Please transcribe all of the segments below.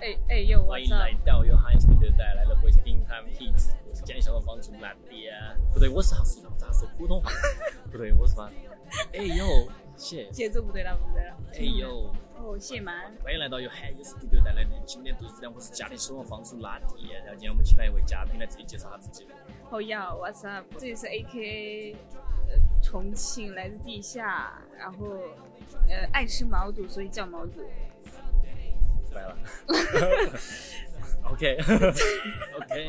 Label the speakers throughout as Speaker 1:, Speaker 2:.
Speaker 1: 哎哎又我
Speaker 2: 欢迎来到由 Heinz Peter 带来的 Wasting Time Kids，我是家里小帮帮主懒爹，不对，我是好是啥是普通话，不对，我是吧？哎呦，谢，
Speaker 1: 节奏不对了，不对了。
Speaker 2: 哎呦，
Speaker 1: 哦，谢蛮，
Speaker 2: 欢迎来到由 Heinz Peter 带来的经典都市我是家里小帮帮主懒爹，然后今天我们请来一位嘉宾来自己介绍下自己。
Speaker 1: 好呀，What's up？这里是 A K A，呃，重庆，来自地下，然后呃，爱吃毛肚，所以叫毛肚。
Speaker 2: 来了。OK OK，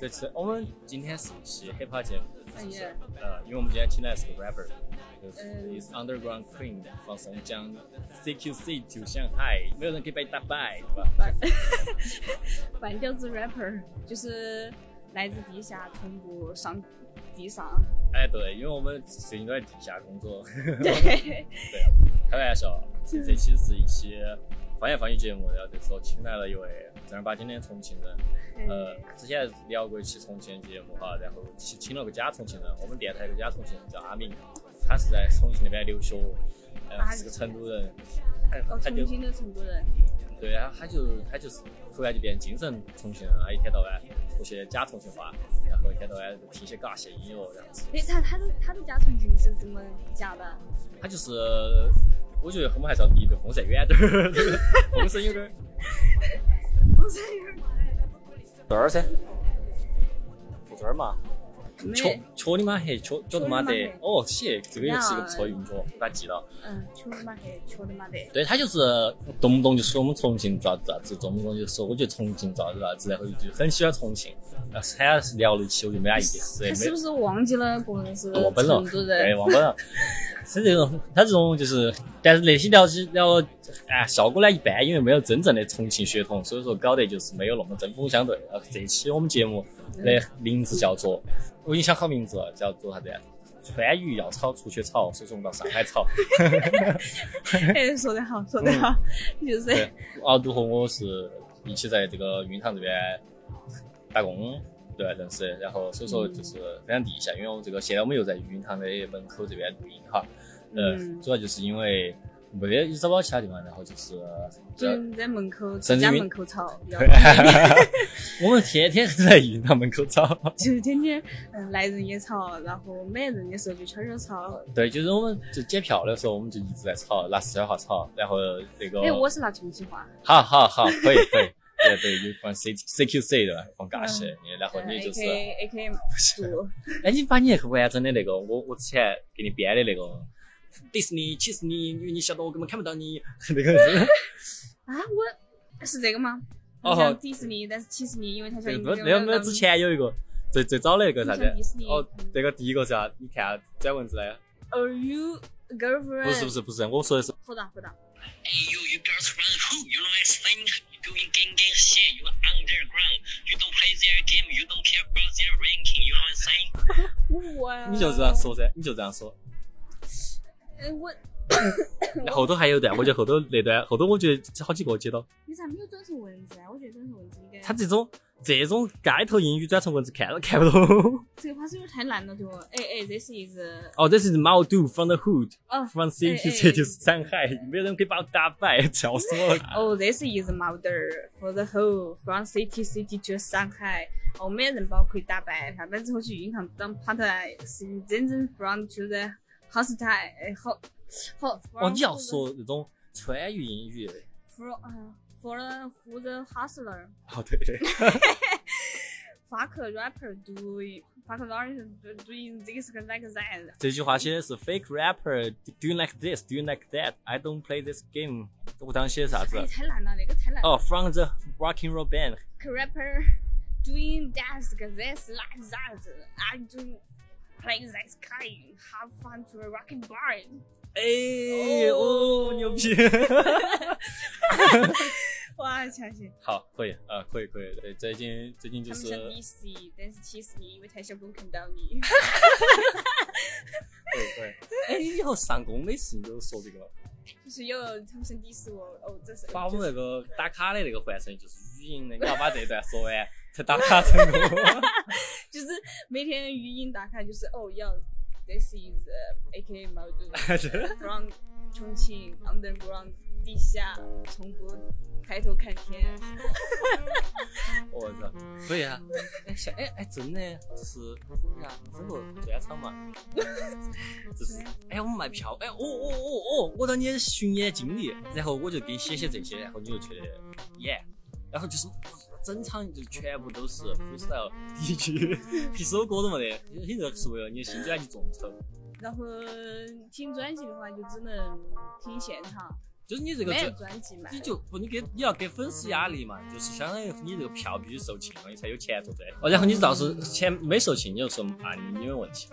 Speaker 2: 这次我们今天是一期 hip hop 节目，
Speaker 1: 哎呀，
Speaker 2: 呃，因为我们今天请来是个 rapper，就是
Speaker 1: 嗯
Speaker 2: is underground queen，放松江 CQC to 上海，没有人可以把你打败，对吧？
Speaker 1: 反 反调子 rapper 就是来自地下，从不上地 上。
Speaker 2: 哎，对，因为我们最近都在地下工作， 呃
Speaker 1: 对，
Speaker 2: 开玩笑，这这期是一期方言方言节目，然后这次我请来了一位正儿八经的重庆人。呃，之前聊过一期重庆的节目哈，然后请请了个假重庆人，我们电台有个假重庆人叫阿明，他是在重庆那边留学，
Speaker 1: 阿
Speaker 2: 呃，
Speaker 1: 明
Speaker 2: 是个成都人，他
Speaker 1: 哦，
Speaker 2: 他就
Speaker 1: 重庆的成都人，
Speaker 2: 对，然后他就他就是突然就变精神重庆人了，一天到晚说些假重庆话，然后一天到晚就听些嘎些音乐，然后
Speaker 1: 哎，他他的他的家重庆是怎么讲的？
Speaker 2: 他就是，我觉得我们还是要离这风扇远点儿， 风扇有点儿
Speaker 1: 我在这儿
Speaker 2: 这儿噻，就这儿嘛。
Speaker 1: 没
Speaker 2: 瞧瞧你妈嘿，瞧瞧他妈的
Speaker 1: 瞧你妈嘿！
Speaker 2: 哦，起，这个也是一个不错的运作，把它记到。
Speaker 1: 嗯，求他妈黑，求他妈的。
Speaker 2: 对他就是动不动就说我们重庆咋子咋啊子，动不动就说我觉得重庆咋子咋子，然后就很喜欢重庆。然后他是聊了一期，我就没啥意思，
Speaker 1: 他是
Speaker 2: 没
Speaker 1: 不
Speaker 2: 哦
Speaker 1: 是忘记了个人是
Speaker 2: 忘本了
Speaker 1: 成都，
Speaker 2: 对，
Speaker 1: 人？
Speaker 2: 忘本了。他这种他这种就是，但是那些聊起聊，哎，效果呢一般，因为没有真正的重庆血统，所以说搞得就是没有那么针锋相对。然后这一期我们节目的名字叫做，我已经想好名字了，叫做啥子呀？川渝要炒出去炒，所以说我们到上海炒。
Speaker 1: 哎，说得好，说得好，就是
Speaker 2: 嗯对，阿杜和我是一起在这个云堂这边打工，对，认识的。然后所以说就是非常地下，因为我们这个现在我们又在云堂的门口这边录音哈，呃，
Speaker 1: 嗯
Speaker 2: 主要就是因为没得也找不到其他地方，然后就是
Speaker 1: 就
Speaker 2: 这。
Speaker 1: 在门口
Speaker 2: 甚
Speaker 1: 自
Speaker 2: 至
Speaker 1: 家
Speaker 2: 于
Speaker 1: 门口吵，要
Speaker 2: 对呃我们天天在云堂门口找，
Speaker 1: 就是天天嗯来人也吵，然后没人的时候就悄悄吵。
Speaker 2: 对，就是我们就检票的时候，我们就一直在吵，拿四川话吵，然后那个，
Speaker 1: 哎，我是拿重庆话，
Speaker 2: 好好好，可以可以， 对对，就放 C C Q C 对吧？放
Speaker 1: 嗯
Speaker 2: 尬戏，然后你
Speaker 1: A
Speaker 2: 就是啊
Speaker 1: K 呃 A K 主，
Speaker 2: 哎，你把你那个完整的那个，我我之前给你编的那个迪士尼，其实你因为你晓得我根本看不到你 那个是，
Speaker 1: 啊，我是这个吗？
Speaker 2: 哦
Speaker 1: 像迪士尼，但是其实你因为他叫
Speaker 2: 那
Speaker 1: 英
Speaker 2: 个
Speaker 1: 文，
Speaker 2: 那个之前有一个最最早的那个啥
Speaker 1: 像
Speaker 2: 子？
Speaker 1: 迪士尼
Speaker 2: 哦，那个第一个是啥？你看转文字的？
Speaker 1: ，Are you a girlfriend？
Speaker 2: 不是不是不是，我说的是
Speaker 1: 辅导辅导。
Speaker 3: Hey, you, you girls run who? You know I sling? You doing gang gang shit, you underground. You don't play their game, you don't care about their ranking, you know what I'm saying?
Speaker 1: 哇！
Speaker 2: 你就啊这样。说噻，你就这样说。
Speaker 1: 哎，我嗯
Speaker 2: 然后后头还有一段，我觉得后头那段后头我觉得好几个接到
Speaker 1: 你咋没有转成文字啊？我觉得转成文字应该。
Speaker 2: 他这种这种街头英语转成文字看都看不懂。
Speaker 1: 这个 pass 有点太难了，对吧？哎哎，这是一只
Speaker 2: 哦，这是 Mao Du from the hood。
Speaker 1: 哦
Speaker 2: from C
Speaker 1: 哎
Speaker 2: Q
Speaker 1: 哎
Speaker 2: C 就是上海，没有人可以把我打败， 笑死我了。
Speaker 1: 哦，这是一只毛豆儿，for the whole from city city to 上海，哦，没人把我可以打败。下班之后去银行当 part time，是真正 from to the hostile，哎，好好。
Speaker 2: 哦，你要说那种川渝英语，
Speaker 1: from 啊，for the who the hustler。
Speaker 2: 哦 对对，
Speaker 1: fuck rapper doing fuck artist doing this like that。
Speaker 2: 这句话写的是 fake rapper do you like this do you like that I don't play this game，我当时写的啥 子
Speaker 1: 哎，？太难了，那个太难了。
Speaker 2: 哦，from the rock and roll band，
Speaker 1: rapper doing dance this like that. I do play this kind, have fun to a rocking bar.
Speaker 2: 哎
Speaker 1: 哦
Speaker 2: 哦牛 逼，
Speaker 1: 哇，强行！
Speaker 2: 好可以啊可以可以，对最近最近
Speaker 1: 他
Speaker 2: 就
Speaker 1: 们想
Speaker 2: 是
Speaker 1: 你死，但是其实你因为太小，不看不到你。
Speaker 2: 对对，哎以后上工的事情就说这个。
Speaker 1: 就是有他们想你死我，哦，这是
Speaker 2: 把我们
Speaker 1: 就是
Speaker 2: 那个打卡的那个换成就是语音的，你要把这段说完才打卡成功。
Speaker 1: 就是每天语音打卡，就是哦要，this is A K 毛 from 重庆 underground 地下重播，抬头看天。
Speaker 2: 我操，可以啊！哎，像哎哎，真的就是啥中国专场嘛， 就是哎，我们卖票，哎，哦哦哦哦，我当你的巡演经理，然后我就给你写写这些，然后你就去演，然后就是整场就全部都是 freestyle，第一句一首歌都没得，你你这是为了你的新专辑众筹，
Speaker 1: 然后听专辑的话，就只能听现场，
Speaker 2: 就是你这个
Speaker 1: 没有
Speaker 2: 专。
Speaker 1: 专辑买。
Speaker 2: 你就不，你给你要给粉丝压力嘛，就是相当于你这个票必须售罄了，你才有钱做这。哦，然后你到时钱没售罄，你就说啊，你你有问题。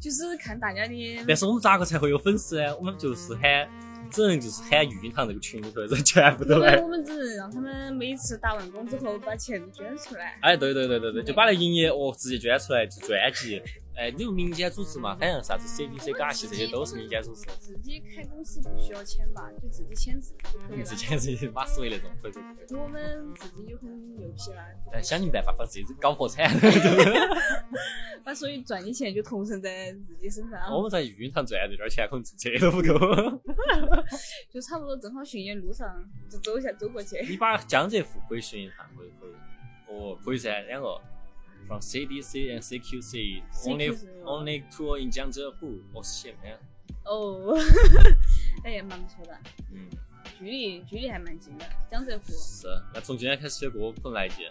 Speaker 1: 就是看大家的
Speaker 2: 但是我们咋个才会有粉丝呢？我们就是喊，只能就是喊育婴堂这个群里头的人全部都
Speaker 1: 因为
Speaker 2: 来。
Speaker 1: 我们只能让他们每次打完工之后把钱捐出来。
Speaker 2: 哎，对对对对对，就把那营业额直接捐出来，就专辑。哎，你们民间组织嘛，反正啥子 CBC、嘎西这些都是民间组织。
Speaker 1: 自己开公司不需要签吧，就自己签自己就可以
Speaker 2: 你
Speaker 1: 了
Speaker 2: 之。前是马思唯那种，对对对。
Speaker 1: 我们自己就很牛批啦，
Speaker 2: 但哎想尽办法把自己搞破产。
Speaker 1: 把所有赚的钱就投身在自己身上，
Speaker 2: 我们在育婴堂赚这点儿钱，可能自己都不够。
Speaker 1: 就差不多正好巡演路上就走一下走过去。
Speaker 2: 你把江浙沪可以选一趟，可以可以。哦，可以噻，两个。From CDC and CQC, only
Speaker 1: CQC
Speaker 2: only tour in 江浙沪。哦，shit man。
Speaker 1: 哦， 哎呀，蛮不错的，
Speaker 2: 嗯，
Speaker 1: 距离距离还蛮近的，江浙沪。
Speaker 2: 是。啊那从今天开始写歌可能来劲。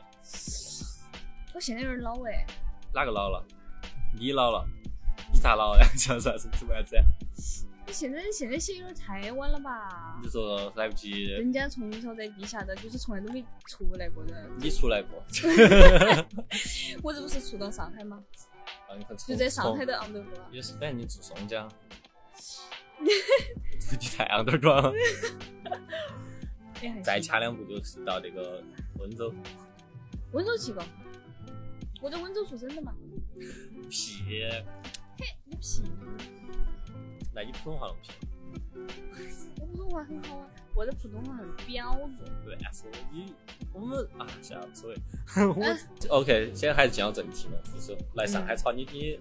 Speaker 1: 我现在有点老哎，
Speaker 2: 哪个老了？你老了？你咋 老呀？叫啥子什么子？啊
Speaker 1: 我现在现在写有点太晚了吧
Speaker 2: 你？说来不及，
Speaker 1: 人家从小在地下的，就是从来都没出来过的。
Speaker 2: 你出来过？ 啊
Speaker 1: 我这不是出到上海吗？
Speaker 2: 啊，你看从
Speaker 1: 就在上海的。昂德路啊
Speaker 2: 从。也是，反正你住松江。 住你太阳都装 了，
Speaker 1: 也哎还行
Speaker 2: 再掐两步就是到那个温州。
Speaker 1: 温州去过，我在温州出生的嘛。
Speaker 2: 屁！
Speaker 1: 你屁！
Speaker 2: 那你普通话弄不行。
Speaker 1: 我普通话很好啊，我的普通话很标准。
Speaker 2: 对，所以我们啊，算了，无所谓。 我 OK，现在还是讲正题嘛，就是来上海，操你你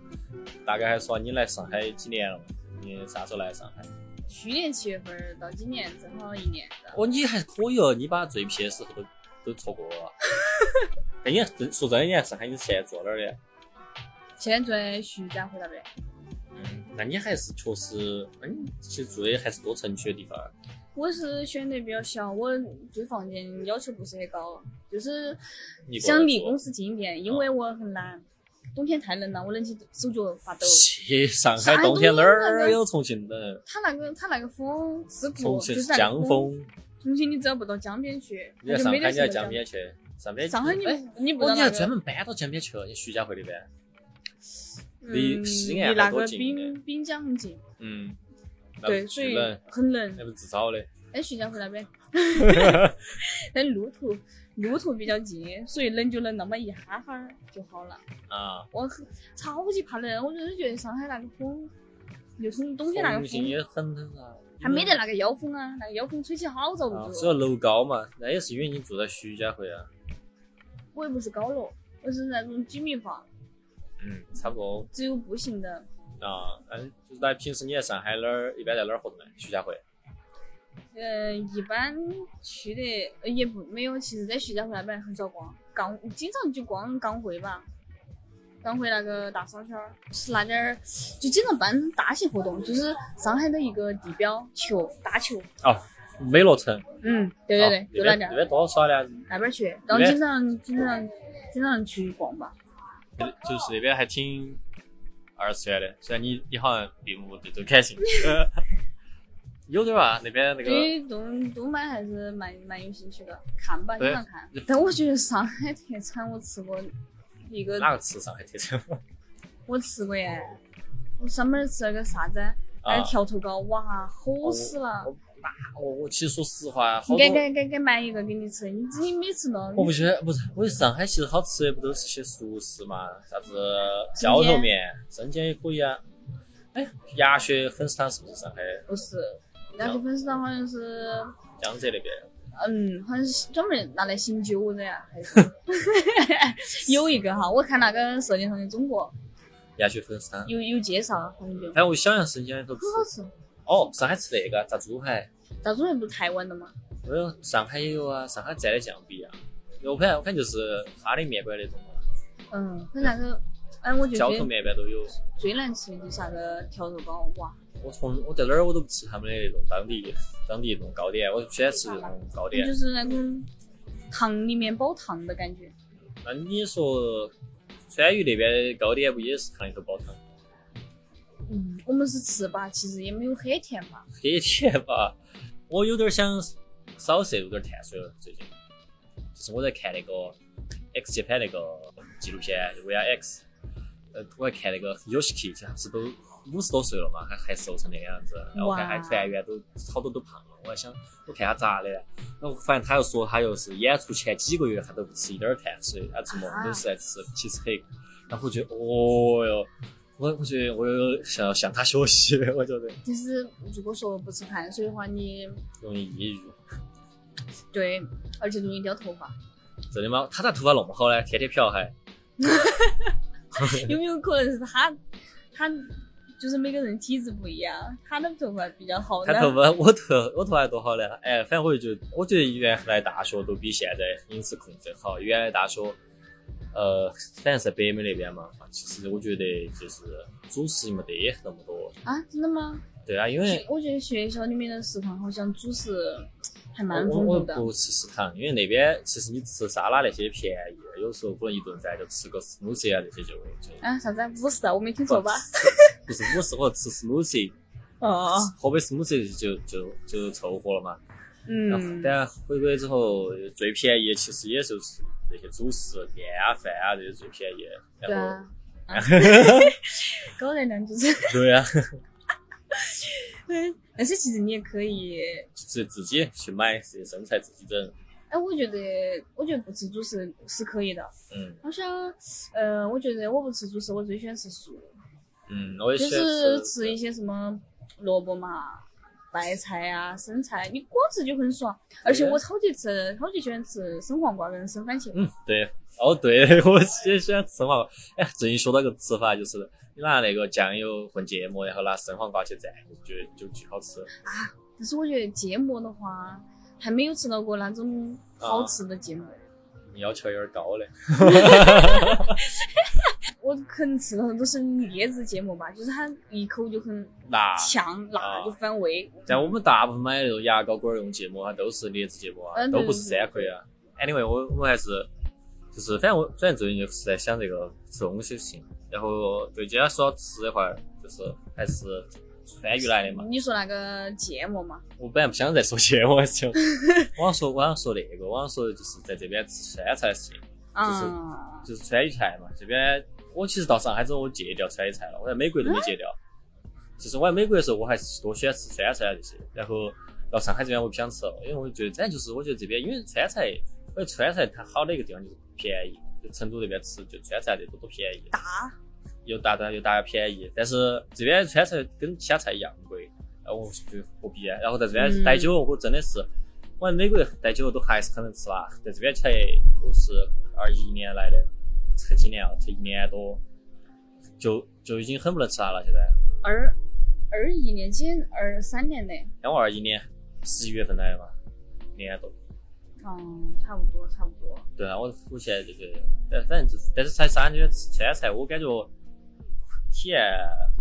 Speaker 2: 大概还说你来上海几年了嘛？你啥时候来上海？
Speaker 1: 去年七月份儿到今年正好一年的。
Speaker 2: 哦，你还可以哦，你把最皮的时候都都错过了。 哎，你还真说真的，你还上海你现在住哪儿的？
Speaker 1: 现在在徐家汇那边，
Speaker 2: 嗯，那你还是确实，嗯，其实住的还是多城区的地方。
Speaker 1: 我是选的比较小，我对房间要求不是很高，就是
Speaker 2: 你过来
Speaker 1: 想离
Speaker 2: 住
Speaker 1: 公司近一点，因
Speaker 2: 嗯
Speaker 1: 为我很懒，冬天太冷了，我冷气手脚发抖。
Speaker 2: 去上海
Speaker 1: 啥
Speaker 2: 冬天
Speaker 1: 都
Speaker 2: 哪
Speaker 1: 冷
Speaker 2: 儿
Speaker 1: 啊
Speaker 2: 有重庆冷？
Speaker 1: 它那个它那个风是
Speaker 2: 重
Speaker 1: 苦，就
Speaker 2: 庆
Speaker 1: 是
Speaker 2: 是
Speaker 1: 那个
Speaker 2: 江
Speaker 1: 风。
Speaker 2: 风，
Speaker 1: 重庆你只要不到江边去，
Speaker 2: 你在
Speaker 1: 它
Speaker 2: 上
Speaker 1: 就没
Speaker 2: 海
Speaker 1: 得
Speaker 2: 你要
Speaker 1: 什么
Speaker 2: 江。边去，上边
Speaker 1: 上海你
Speaker 2: 哎
Speaker 1: 你不
Speaker 2: 哦，
Speaker 1: 到
Speaker 2: 你
Speaker 1: 那
Speaker 2: 还专
Speaker 1: 个，
Speaker 2: 门搬到江边去了？你徐家汇那边？离
Speaker 1: 嗯，
Speaker 2: 西安
Speaker 1: 离那
Speaker 2: 还多
Speaker 1: 个
Speaker 2: 近
Speaker 1: 滨滨江很近，
Speaker 2: 嗯，那
Speaker 1: 对，
Speaker 2: 不
Speaker 1: 所
Speaker 2: 是
Speaker 1: 以
Speaker 2: 冷，
Speaker 1: 很冷
Speaker 2: 那。不是自找的。
Speaker 1: 哎，徐家汇 那边，但路途路途比较近，所以冷就冷那么一哈哈儿就好了。
Speaker 2: 啊，
Speaker 1: 我很超级怕冷，我就是觉得上海那个风，又从冬天那个
Speaker 2: 重庆
Speaker 1: 风，
Speaker 2: 也很冷啊，
Speaker 1: 还没得那个妖风啊，那个妖风吹起好遭
Speaker 2: 啊
Speaker 1: 不
Speaker 2: 只要
Speaker 1: 住。
Speaker 2: 楼高嘛，那也是因为你住在徐家汇啊。
Speaker 1: 我又不是高楼，我是那种居民房，
Speaker 2: 嗯，差不多
Speaker 1: 只有步行的。
Speaker 2: 啊。嗯，就是那平时你在上海哪儿，一般在哪儿活动呢？徐家汇。
Speaker 1: 呃，一般去的呃也不没有，其实在徐家汇那边很少逛，刚经常就逛刚汇吧，刚汇那个大商圈儿，是那点儿就经常办大型活动，就是上海的一个地标球大球，
Speaker 2: 美乐城，
Speaker 1: 嗯，对对
Speaker 2: 啊
Speaker 1: 对，
Speaker 2: 那
Speaker 1: 就那
Speaker 2: 边
Speaker 1: 点
Speaker 2: 那
Speaker 1: 儿
Speaker 2: 边多好耍的啊，
Speaker 1: 那边去，然后经常经常经常去逛吧，
Speaker 2: 那就是那边还挺二次元的。虽然你你好像并不对这感兴趣， 有点儿啊，那边那个。
Speaker 1: 对于动动漫还是蛮蛮有兴趣的，看吧，经
Speaker 2: 对
Speaker 1: 常看，但我觉得上海特产我吃过一个
Speaker 2: 哪个吃上海特产？
Speaker 1: 我吃过耶，我上班儿吃了个啥子？那
Speaker 2: 啊哦
Speaker 1: 个，条头糕，哇，好死了！
Speaker 2: 我那我我其实说实话，好
Speaker 1: 你
Speaker 2: 多
Speaker 1: 该该该该买一个给你吃，你你没吃到，
Speaker 2: 哦我不觉得，不是，我觉得上海其实好吃的不都是些熟食嘛，啥子浇头面、生煎也可以啊。哎，鸭血粉丝汤是不是上海
Speaker 1: 不是，那些粉丝汤好像是，
Speaker 2: 江浙那边？
Speaker 1: 嗯，好像是专门拿来醒酒的呀，还 是有一个哈，我看那个《舌尖上的中国
Speaker 2: 鸭血粉丝汤》，
Speaker 1: 有有介绍，好像有，
Speaker 2: 哎，我小杨生煎里头吃
Speaker 1: 很好吃，
Speaker 2: 哦，上海吃那个炸猪排，
Speaker 1: 炸猪排不是台湾的吗？
Speaker 2: 没有上海也有啊，上海蘸的酱不一样。我反正反正就是哈的面馆那种嘛，
Speaker 1: 嗯，可是那个，哎，我就
Speaker 2: 浇
Speaker 1: 觉
Speaker 2: 头
Speaker 1: 得
Speaker 2: 面一般都有。
Speaker 1: 最难吃的就是那个条肉包，哇，
Speaker 2: 我从我在哪儿我都不吃他们的那种当地当地那种糕点，我喜欢吃那种糕点
Speaker 1: 那就。是那种糖里面包糖的感觉。
Speaker 2: 那你说川渝那边的糕点不也是糖油包糖？
Speaker 1: 嗯，我们是吃吧，其实也没有很甜吧。
Speaker 2: 黑甜吧？我有点想少摄入点碳水了，最近。就是我在看那个 X 节拍那个纪录片《VR X》，呃，我还看那个 Yoshiki，他不是都五十多岁了嘛，还还瘦成那个样子，然后我看还
Speaker 1: 哇
Speaker 2: 团员都好多都胖了，我还想我看他咋的，然后反正他又说他又是演出前几个月他都不吃一点儿碳水，他做梦都是在吃起司黑，然后我觉得哦哟。我我觉得我有想要向他学习， 我觉得
Speaker 1: 但是如果说不吃碳水的话，你
Speaker 2: 容易抑郁。
Speaker 1: 对，而且容易掉头 发。
Speaker 2: 真的吗？他咋头发那么好呢？天天漂还
Speaker 1: 有没有可能是他他就是每个人体质不一样，他的头发比较好呢
Speaker 2: 他？头发，我头我头发多好呢？哎，反正我就觉得，我觉得原来大学都比现在饮食控制好。原来大学，呃，反正在北美那边嘛，其实我觉得就是主食没得那么多。
Speaker 1: 啊，真的吗？
Speaker 2: 对啊，因为
Speaker 1: 我觉得学校里面的食堂好像主食还
Speaker 2: 我
Speaker 1: 蛮
Speaker 2: 我
Speaker 1: 丰
Speaker 2: 我
Speaker 1: 富的。
Speaker 2: 不吃食堂，因为那边其实你吃沙拉那些便宜，有时候可能一顿饭就吃个 smoothie 啊这些就就。
Speaker 1: 啊，啥子啊五十啊？我没听错吧？
Speaker 2: 不是我是我吃 smoothie，
Speaker 1: 哦，
Speaker 2: 喝杯 smoothie 就就就凑合了嘛。然后
Speaker 1: 嗯，
Speaker 2: 但回归之后，最便宜其实也就是那些主食、面啊、饭啊这些最便宜。
Speaker 1: 对
Speaker 2: 然后
Speaker 1: 啊，啊 高热量就是。
Speaker 2: 对啊，
Speaker 1: 对，但是其实你也可以，
Speaker 2: 自自己去买这些生菜自己整。
Speaker 1: 哎，我觉得，我觉得不吃主食是可以的。
Speaker 2: 嗯
Speaker 1: 好像，呃，我觉得我不吃主食，我最喜欢吃素，
Speaker 2: 嗯，我也
Speaker 1: 就
Speaker 2: 喜欢
Speaker 1: 是吃一
Speaker 2: 吃。
Speaker 1: 些什么萝卜嘛、白菜啊、生菜，你光吃就很爽。而且我超级吃，超级喜欢吃生黄瓜跟生番茄。
Speaker 2: 啊嗯，对，哦对， 我也喜欢吃黄瓜。哎，最近学到个吃法，就是你拿那个酱油混芥末，然后拿生黄瓜去蘸，就就巨好吃。
Speaker 1: 但是我觉得芥末的话，还没有吃到过那种好吃的芥末。
Speaker 2: 啊要求有点高嘞。
Speaker 1: 我可能吃到的都是劣质芥末吧，就是它一口就很
Speaker 2: 辣。
Speaker 1: 强、
Speaker 2: 啊
Speaker 1: 辣，就反胃。
Speaker 2: 但我们大部分买的那种牙膏管儿用芥末，它都是劣质芥末啊，
Speaker 1: 嗯
Speaker 2: 都
Speaker 1: 对
Speaker 2: 不是
Speaker 1: 对
Speaker 2: 三葵啊。Anyway，我我还是就是，反正我反正最近就是在想这个吃东西的事情。然后对，今天说到吃的话，就是还是川渝来的嘛。
Speaker 1: 你说那个芥末嘛？
Speaker 2: 我本来不想再说芥末，我还 是想我想说我想说那个，我想说就是在这边吃川菜的事情，就是
Speaker 1: 啊，
Speaker 2: 就是川渝菜嘛。这边我其实到上海之后我戒掉川渝菜了，我在美国都没戒掉。其实我在美国的时候，我还是多喜欢吃川菜啊这些。然后到上海这边我不想吃了，因为我觉得反正就是我觉得这边因为川菜，我觉得川菜它好的一个地方就是便宜，就成都这边吃就川菜这都都便宜，
Speaker 1: 大
Speaker 2: 又大单又大又便宜。但是这边川菜跟其他菜一样贵，然后我就何必啊？然后在这边
Speaker 1: 嗯
Speaker 2: 待久了，我真的是。我在美国待久了都还是很能吃辣，在这边才我是二一年来的，才几年啊，才一年多，就就已经很不能吃辣了。现在，
Speaker 1: 二二一年减二三年的，
Speaker 2: 然后我二一年十一月份来的嘛，年多。
Speaker 1: 嗯，差不多差不多。
Speaker 2: 对啊，我我现在这个，但反正就是，但是在上海这边吃川菜，我感觉体验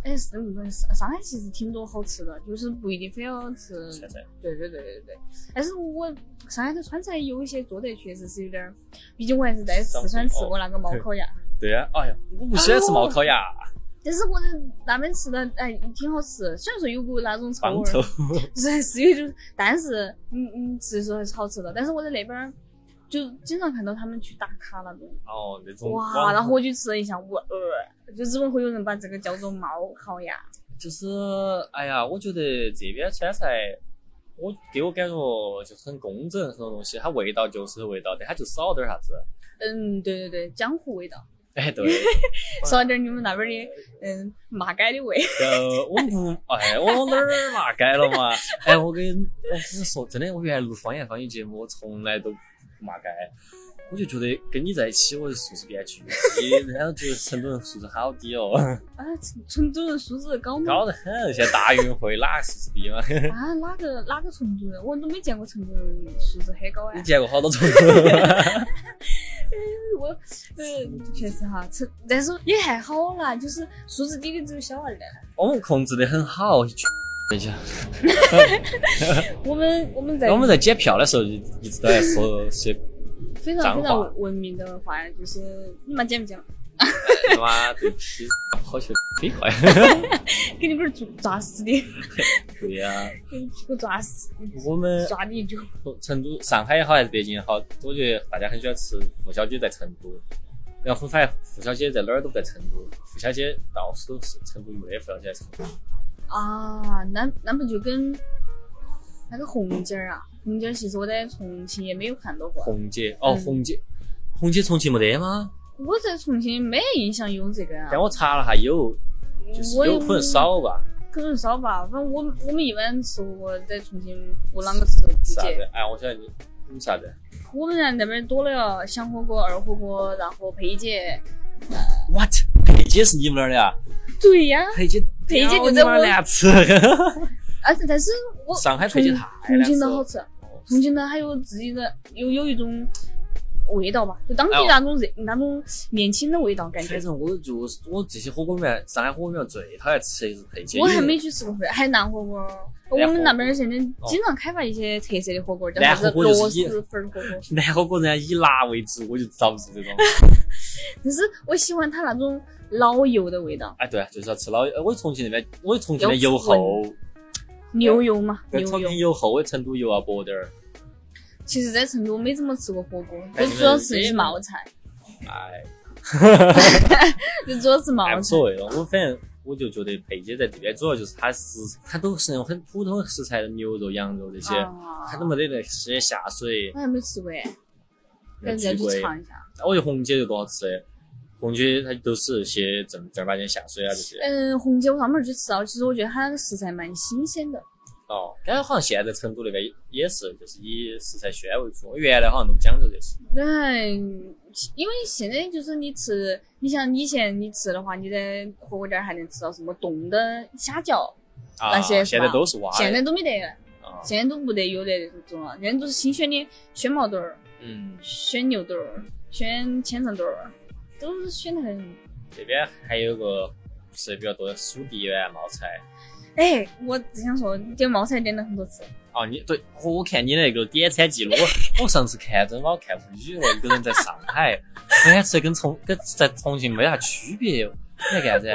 Speaker 1: 哎，是不是上海其实挺多好吃的，就是不一定非要吃。
Speaker 2: 川菜，
Speaker 1: 对对对对对。但是我上海的川菜有一些做的确实是有点儿，毕竟我还是在四川吃过那个冒烤鸭，
Speaker 2: 对啊，哎呀，我不喜欢吃冒烤鸭，
Speaker 1: 但是我在那边吃的哎挺好吃，虽然说有股那种臭味
Speaker 2: 方
Speaker 1: 儿
Speaker 2: 头。
Speaker 1: 是是有点，但是嗯嗯，吃的时候还是好吃的。但是我在那边儿就经常看到他们去打卡那种，
Speaker 2: 哦，那种
Speaker 1: 哇，然后我去吃了一下，我呃，就怎么会有人把这个叫做冒烤鸭？
Speaker 2: 就是，哎呀，我觉得这边川菜，我给我感觉就是很工整，很多东西，它味道就是味道，但它就少点儿啥子。
Speaker 1: 嗯，对对对，江湖味道，
Speaker 2: 哎，对，
Speaker 1: 少点你们那边的嗯麻杆的味。
Speaker 2: 呃，我不，哎，我哪儿嘛改了嘛？哎，我跟我跟你说，真的，我原来录方言方言节目，我从来都不骂改。我就觉得跟你在一起，我的素质变巨低，然后觉得成都人素质好低哦，
Speaker 1: 啊，成成都人素质高吗？
Speaker 2: 高得很。现在大运会哪个素质低嘛？
Speaker 1: 啊，哪个哪个成都人？我都没见过成都人素质很高哎、
Speaker 2: 你见过好多成都人吗？
Speaker 1: 我呃，确实哈，成但是也还好啦，就是素质低的只有小二了。
Speaker 2: 我们控制得很好。等一下，
Speaker 1: 我们我们在
Speaker 2: 我们在检票的时候一一直都在说些
Speaker 1: 非常非
Speaker 2: 脏话
Speaker 1: 常文明的话，就是你们讲不讲？
Speaker 2: 他妈对屁，跑起来飞快。
Speaker 1: 给你们抓抓死的，
Speaker 2: 对呀、
Speaker 1: 给你屁股抓死，
Speaker 2: 我们
Speaker 1: 嗯抓你一脚。
Speaker 2: 成都、上海也好还是北京也好，我觉得大家很喜欢吃付小姐在成都。然后很烦，付小姐在哪儿都不在成都，付小姐到处都是，成都没得付小姐在成都。
Speaker 1: 啊，那那不就跟那个红姐儿啊？红姐儿其实我在重庆也没有看到过，
Speaker 2: 红姐哦，
Speaker 1: 嗯
Speaker 2: 红姐，红姐重庆没得吗？
Speaker 1: 我在重庆没印象有这个啊
Speaker 2: 但。我查了下有，就是
Speaker 1: 我
Speaker 2: 有可能，少吧，
Speaker 1: 可能少吧。反正我我们一般吃我在重庆不啷个吃季
Speaker 2: 啥子
Speaker 1: 节，？
Speaker 2: 哎，我晓得你你啥子？
Speaker 1: 我们那边多了小火锅、二火锅，然后配姐。
Speaker 2: What？佩姐是你们那儿的啊？
Speaker 1: 对呀、
Speaker 2: 佩姐，
Speaker 1: 佩姐
Speaker 2: 屌
Speaker 1: 就
Speaker 2: 你
Speaker 1: 在
Speaker 2: 妈
Speaker 1: 我
Speaker 2: 难吃。
Speaker 1: 而且但是我
Speaker 2: 上海佩姐
Speaker 1: 重
Speaker 2: 太
Speaker 1: 重
Speaker 2: 难吃
Speaker 1: 庆的好
Speaker 2: 了。哦
Speaker 1: 吃，重庆的还有自己的有有一种味道吧，就当地
Speaker 2: 哎我
Speaker 1: 那种热、那种年轻的味道感觉
Speaker 2: 反。正我就是我这些火锅面，上海火锅面最讨厌吃的就是佩姐。
Speaker 1: 我
Speaker 2: 因为
Speaker 1: 还没去吃过海南火锅儿，我
Speaker 2: 南火锅
Speaker 1: 们那边儿现在经常开发一些特色的火锅儿，叫啥
Speaker 2: 南
Speaker 1: 子
Speaker 2: 火锅就
Speaker 1: 螺
Speaker 2: 是一
Speaker 1: 蛳粉儿火锅儿。
Speaker 2: 南火锅人家以辣为主，我就遭不住这种。
Speaker 1: 但是我喜欢它那种老油的味道，
Speaker 2: 哎，对，就是要吃老油。我重庆那边，我重庆的
Speaker 1: 要
Speaker 2: 油
Speaker 1: 吃荤
Speaker 2: 厚，
Speaker 1: 牛油嘛，
Speaker 2: 在
Speaker 1: 牛
Speaker 2: 重
Speaker 1: 油
Speaker 2: 庆。油厚，我成都啊油要薄点儿。
Speaker 1: 其实，在成都没怎么吃过火锅，
Speaker 2: 哎
Speaker 1: 就
Speaker 2: 你们
Speaker 1: 主要吃一些冒菜，
Speaker 2: 哎，
Speaker 1: 就主要吃冒
Speaker 2: 哎，无
Speaker 1: 菜
Speaker 2: 所。谓了。我反正我就觉得佩姐在这边主要就是它食，它都是那种很普通的食材，牛肉、羊肉这些，
Speaker 1: 啊
Speaker 2: 它都没得那些下水
Speaker 1: 我。还没吃过哎，
Speaker 2: 那
Speaker 1: 感觉要
Speaker 2: 巨
Speaker 1: 去
Speaker 2: 贵。
Speaker 1: 尝一下。
Speaker 2: 我觉得红姐就多好吃，红姐它都是一些正正儿八经下水啊这些。
Speaker 1: 嗯，红姐我上门儿去吃啊了，其实我觉得它那个食材蛮新鲜的。
Speaker 2: 哦，感觉好像现在成都那边也是，就是以食材鲜为主。我原来好像都不讲究这些。
Speaker 1: 嗯，因为现在就是你吃，你像以前你吃的话，你在火锅店儿还能吃到什么冻的虾饺，
Speaker 2: 啊，
Speaker 1: 那些是
Speaker 2: 现
Speaker 1: 吧
Speaker 2: 在都是挖的。
Speaker 1: 现在都没得了，
Speaker 2: 啊，
Speaker 1: 现在都没得有的那种了，现在都是新选的选毛肚儿、
Speaker 2: 嗯，
Speaker 1: 选牛肚儿、选千层肚儿，都是选的很。
Speaker 2: 这边还有个吃的比较多的蜀地园冒菜。
Speaker 1: 哎，我只想说，点冒菜点了很多次，
Speaker 2: 哦，你对，我我看你那个点餐记录，我我上次看真把我看无语了，一个人在上海，人家吃的跟重跟在重庆没啥区别，你在干啥 子？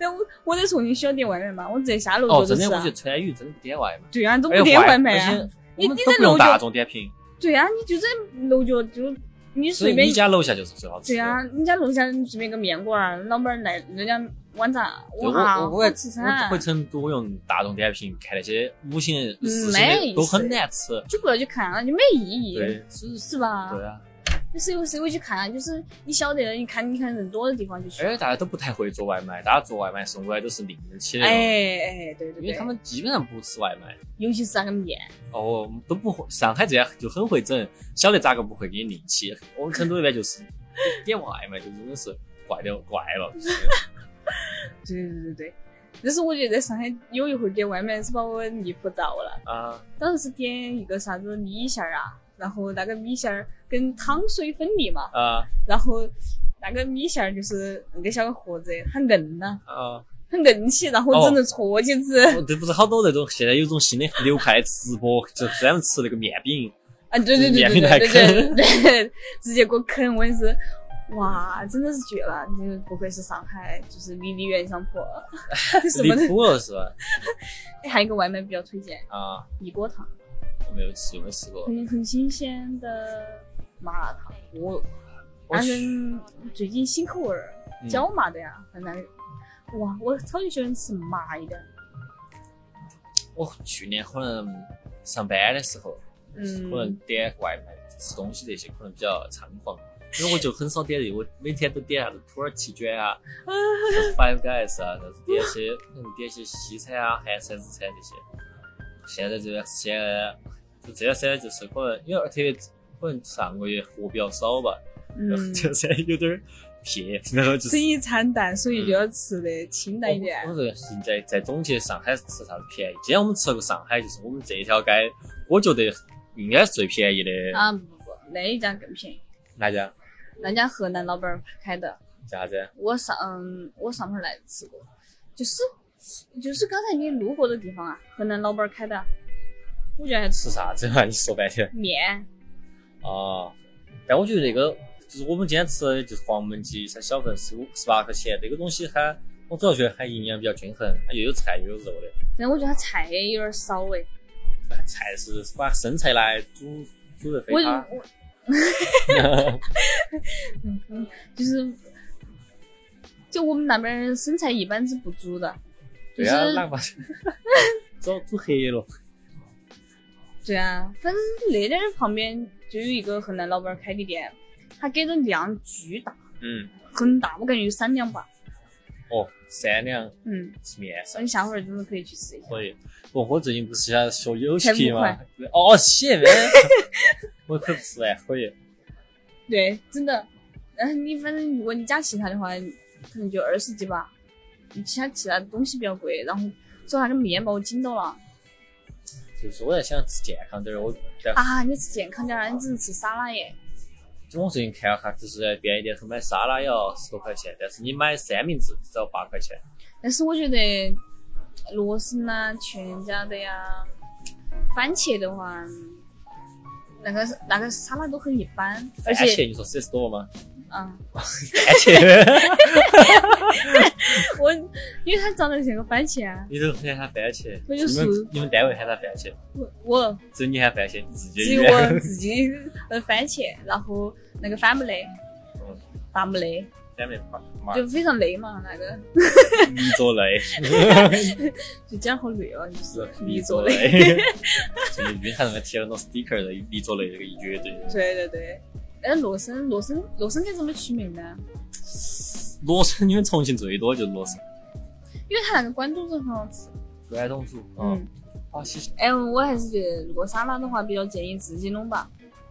Speaker 1: 但我我在重庆需要点外卖嘛，我直接下楼
Speaker 2: 哦，
Speaker 1: 就
Speaker 2: 真的，
Speaker 1: 是吃
Speaker 2: 我
Speaker 1: 啊
Speaker 2: 觉得。川渝真的不点外卖，
Speaker 1: 对啊，都
Speaker 2: 哎
Speaker 1: 不点外卖
Speaker 2: 而
Speaker 1: 啊。
Speaker 2: 且
Speaker 1: 你
Speaker 2: 我们
Speaker 1: 你
Speaker 2: 都
Speaker 1: 在
Speaker 2: 不用
Speaker 1: 楼下
Speaker 2: 大众点评，
Speaker 1: 对啊，你就在楼角就你
Speaker 2: 所以
Speaker 1: 随便
Speaker 2: 你家楼下就是最好吃
Speaker 1: 对
Speaker 2: 的。
Speaker 1: 啊，人家楼下随便个面馆儿，老板儿来人家碗咋，
Speaker 2: 对我
Speaker 1: 哇，
Speaker 2: 我我
Speaker 1: 好啊
Speaker 2: 也
Speaker 1: 吃
Speaker 2: 我
Speaker 1: 噻
Speaker 2: 回！成都用大众点评看那些五星
Speaker 1: 嗯
Speaker 2: 四星
Speaker 1: 没意
Speaker 2: 的
Speaker 1: 思
Speaker 2: 都很难吃。
Speaker 1: 就不要去看了，就没意义，
Speaker 2: 对
Speaker 1: 是是吧？
Speaker 2: 对啊，
Speaker 1: 那谁会谁会去看啊？就是你晓得的，你看你看人多的地方就去。
Speaker 2: 而且大家都不太会做外卖，大家做外卖送过来都是另起的
Speaker 1: 哎
Speaker 2: 那种，
Speaker 1: 哎，对对
Speaker 2: 因为他
Speaker 1: 对，
Speaker 2: 们基本上不吃外卖。
Speaker 1: 尤其是那个面，
Speaker 2: 哦，都不会，上海这边就很会整，晓得咋个不会给你另起。我们成都那边就是点外卖就真的是怪的怪了，
Speaker 1: 嗯
Speaker 2: 就是
Speaker 1: 对对对对对。但是我觉得在上海有一回点外卖是把我离谱糟了。
Speaker 2: 啊，
Speaker 1: 当时是点一个啥子米线儿啊，然后那个米线儿跟汤水分离嘛，
Speaker 2: 啊
Speaker 1: 然后那个米线儿就是那个小盒子很硬呐、
Speaker 2: 啊！
Speaker 1: 很硬气，然后只能戳起吃、
Speaker 2: 哦，这不是好多那种现在有种新的流派直播，就专门吃那个面饼，
Speaker 1: 啊！对对对对对对对对对，直接给我啃，我也是，哇，真的是绝了！你不愧是上海，就是离离原上坡，什
Speaker 2: 离
Speaker 1: 么的。
Speaker 2: 谱了是吧？
Speaker 1: 还有一个外卖比较推荐，
Speaker 2: 啊，
Speaker 1: 一锅汤，
Speaker 2: 我没有吃，我没吃过。
Speaker 1: 很很新鲜的麻辣烫，
Speaker 2: 我我
Speaker 1: 反
Speaker 2: 去，
Speaker 1: 正最近新口味儿
Speaker 2: 嗯
Speaker 1: 椒麻的呀，很难。哇，我超级喜欢吃麻一点。
Speaker 2: 我去年可能上班的时候，
Speaker 1: 嗯
Speaker 2: 可能点外卖、吃东西这些可能比较猖狂，因为我就很少点这个，我每天都点啥子土耳其卷啊、Five Guys 啊，但是点一些可能点一些西餐啊、韩餐、日餐这些。现在这段时间，就这段时间就是可能因为特别可能上个月活比较少吧，然后
Speaker 1: 嗯，
Speaker 2: 就是有点儿撇，然后就是
Speaker 1: 生。意惨淡，所以就要吃的清淡一点
Speaker 2: 我。我这个事情再再总结上海吃啥子便宜。今天我们吃了个上海，就是我们这一条街，我觉得应该是最便宜的
Speaker 1: 啊，不不不，那一家更便宜，
Speaker 2: 哪家？
Speaker 1: 那家河南老板儿开的，
Speaker 2: 叫啥子？
Speaker 1: 我上嗯我上回来吃过，就是就是刚才你路过的地方啊，河南老板儿开的，我觉得还吃
Speaker 2: 吃啥子嘛？你 说半天
Speaker 1: 面，
Speaker 2: 啊！但我觉得那个就是我们今天吃的就是黄焖鸡，它小份十五十八块钱，那个东西它我主要觉得它营养比较均衡，它又有菜又有肉的。
Speaker 1: 但我觉得它菜有点少哎，
Speaker 2: 菜是把生菜拿来煮煮得
Speaker 1: 我
Speaker 2: 肥 它，
Speaker 1: 我
Speaker 2: 啊
Speaker 1: 嗯嗯，就是就我们那边儿生菜一般是不煮的，就
Speaker 2: 对
Speaker 1: 是
Speaker 2: 啊，哪 怕煮煮黑了。
Speaker 1: 对啊，反正那点儿旁边就有一个河南老板儿开的店，他给的量巨大，
Speaker 2: 嗯，
Speaker 1: 很大，我感觉有三两吧。
Speaker 2: 哦，三两
Speaker 1: 嗯，
Speaker 2: 吃面
Speaker 1: 所以下回儿真的可以去吃一下。
Speaker 2: 可以。我我最近不是想学有戏
Speaker 1: 才五
Speaker 2: 嘛
Speaker 1: 块？
Speaker 2: 哦，戏没， 我可不是哎，可以。
Speaker 1: 对，真的。然后你反正如果你加其他的话，可能就二十几吧。你其他其他东西比较贵，然后主要那个面把我惊到了
Speaker 2: 就是我在想吃健康点儿，我但
Speaker 1: 啊！你吃健康点儿啊，你只能吃沙拉耶。
Speaker 2: 我最近看了哈，就是在便宜店头买沙拉也要十多块钱，但是你买三明治只要八块钱。
Speaker 1: 但是我觉得罗森呐、全家的呀、番茄的话，嗯那个那个沙拉都很一般，而
Speaker 2: 番
Speaker 1: 且
Speaker 2: 茄你说舍得多 吗？
Speaker 1: 啊，
Speaker 2: 番茄，
Speaker 1: 我因为它长得像个番茄啊，
Speaker 2: 你都喊它番茄，
Speaker 1: 我就
Speaker 2: 你
Speaker 1: 是
Speaker 2: 们你们单位喊它番茄，
Speaker 1: 我我
Speaker 2: 只有你喊番茄，你自己
Speaker 1: 只有我自己的番茄，然后那个反不累
Speaker 2: 嗯，啊
Speaker 1: 打不累，
Speaker 2: 三明块，妈，
Speaker 1: 就非常累嘛，那个
Speaker 2: 迷作 累，
Speaker 1: 就讲好累哦，就是
Speaker 2: 迷
Speaker 1: 迷作
Speaker 2: 作
Speaker 1: 累。
Speaker 2: 累， 这个云上面贴了很多 sticker 的迷作累这个乐队。
Speaker 1: 对对对，哎，罗森罗森罗森该怎么取名呢？
Speaker 2: 罗森，你们重庆最多就是罗森，
Speaker 1: 因为它那个关东煮很好吃，
Speaker 2: 关东煮，
Speaker 1: 嗯
Speaker 2: 嗯，。啊，其实，
Speaker 1: 哎，我还是觉得如果沙拉的话，比较建议自己弄吧。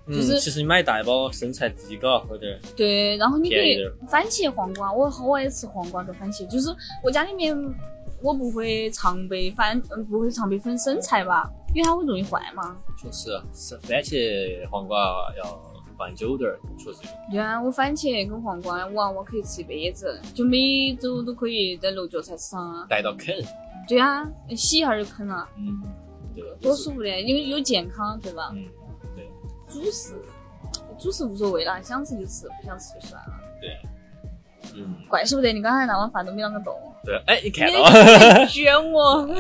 Speaker 2: 嗯
Speaker 1: 就是，
Speaker 2: 其实你买一大包生菜自己搞，或者
Speaker 1: 对，然后你可以
Speaker 2: 便宜点
Speaker 1: 番茄黄瓜，我好爱吃黄瓜跟番茄，就是我家里面我不会常备番，嗯，不会常备分生菜吧，因为它会容易坏嘛。
Speaker 2: 确实啊是番茄黄瓜要放久点儿，确实
Speaker 1: 对啊，我番茄跟黄瓜，哇，我可以吃一辈子，就每周都可以在楼脚菜市场啊。
Speaker 2: 带到啃，
Speaker 1: 对啊，洗一下就啃了，
Speaker 2: 嗯，对，
Speaker 1: 多
Speaker 2: 就是
Speaker 1: 舒服的，因为又健康，对吧？
Speaker 2: 嗯，
Speaker 1: 主食，主食无所谓啦，想吃就吃，不想吃就算了。
Speaker 2: 嗯，
Speaker 1: 怪舍不得你刚才那碗饭都没啷个动。
Speaker 2: 对，哎，你看
Speaker 1: 你
Speaker 2: 到，
Speaker 1: 在卷我， 我以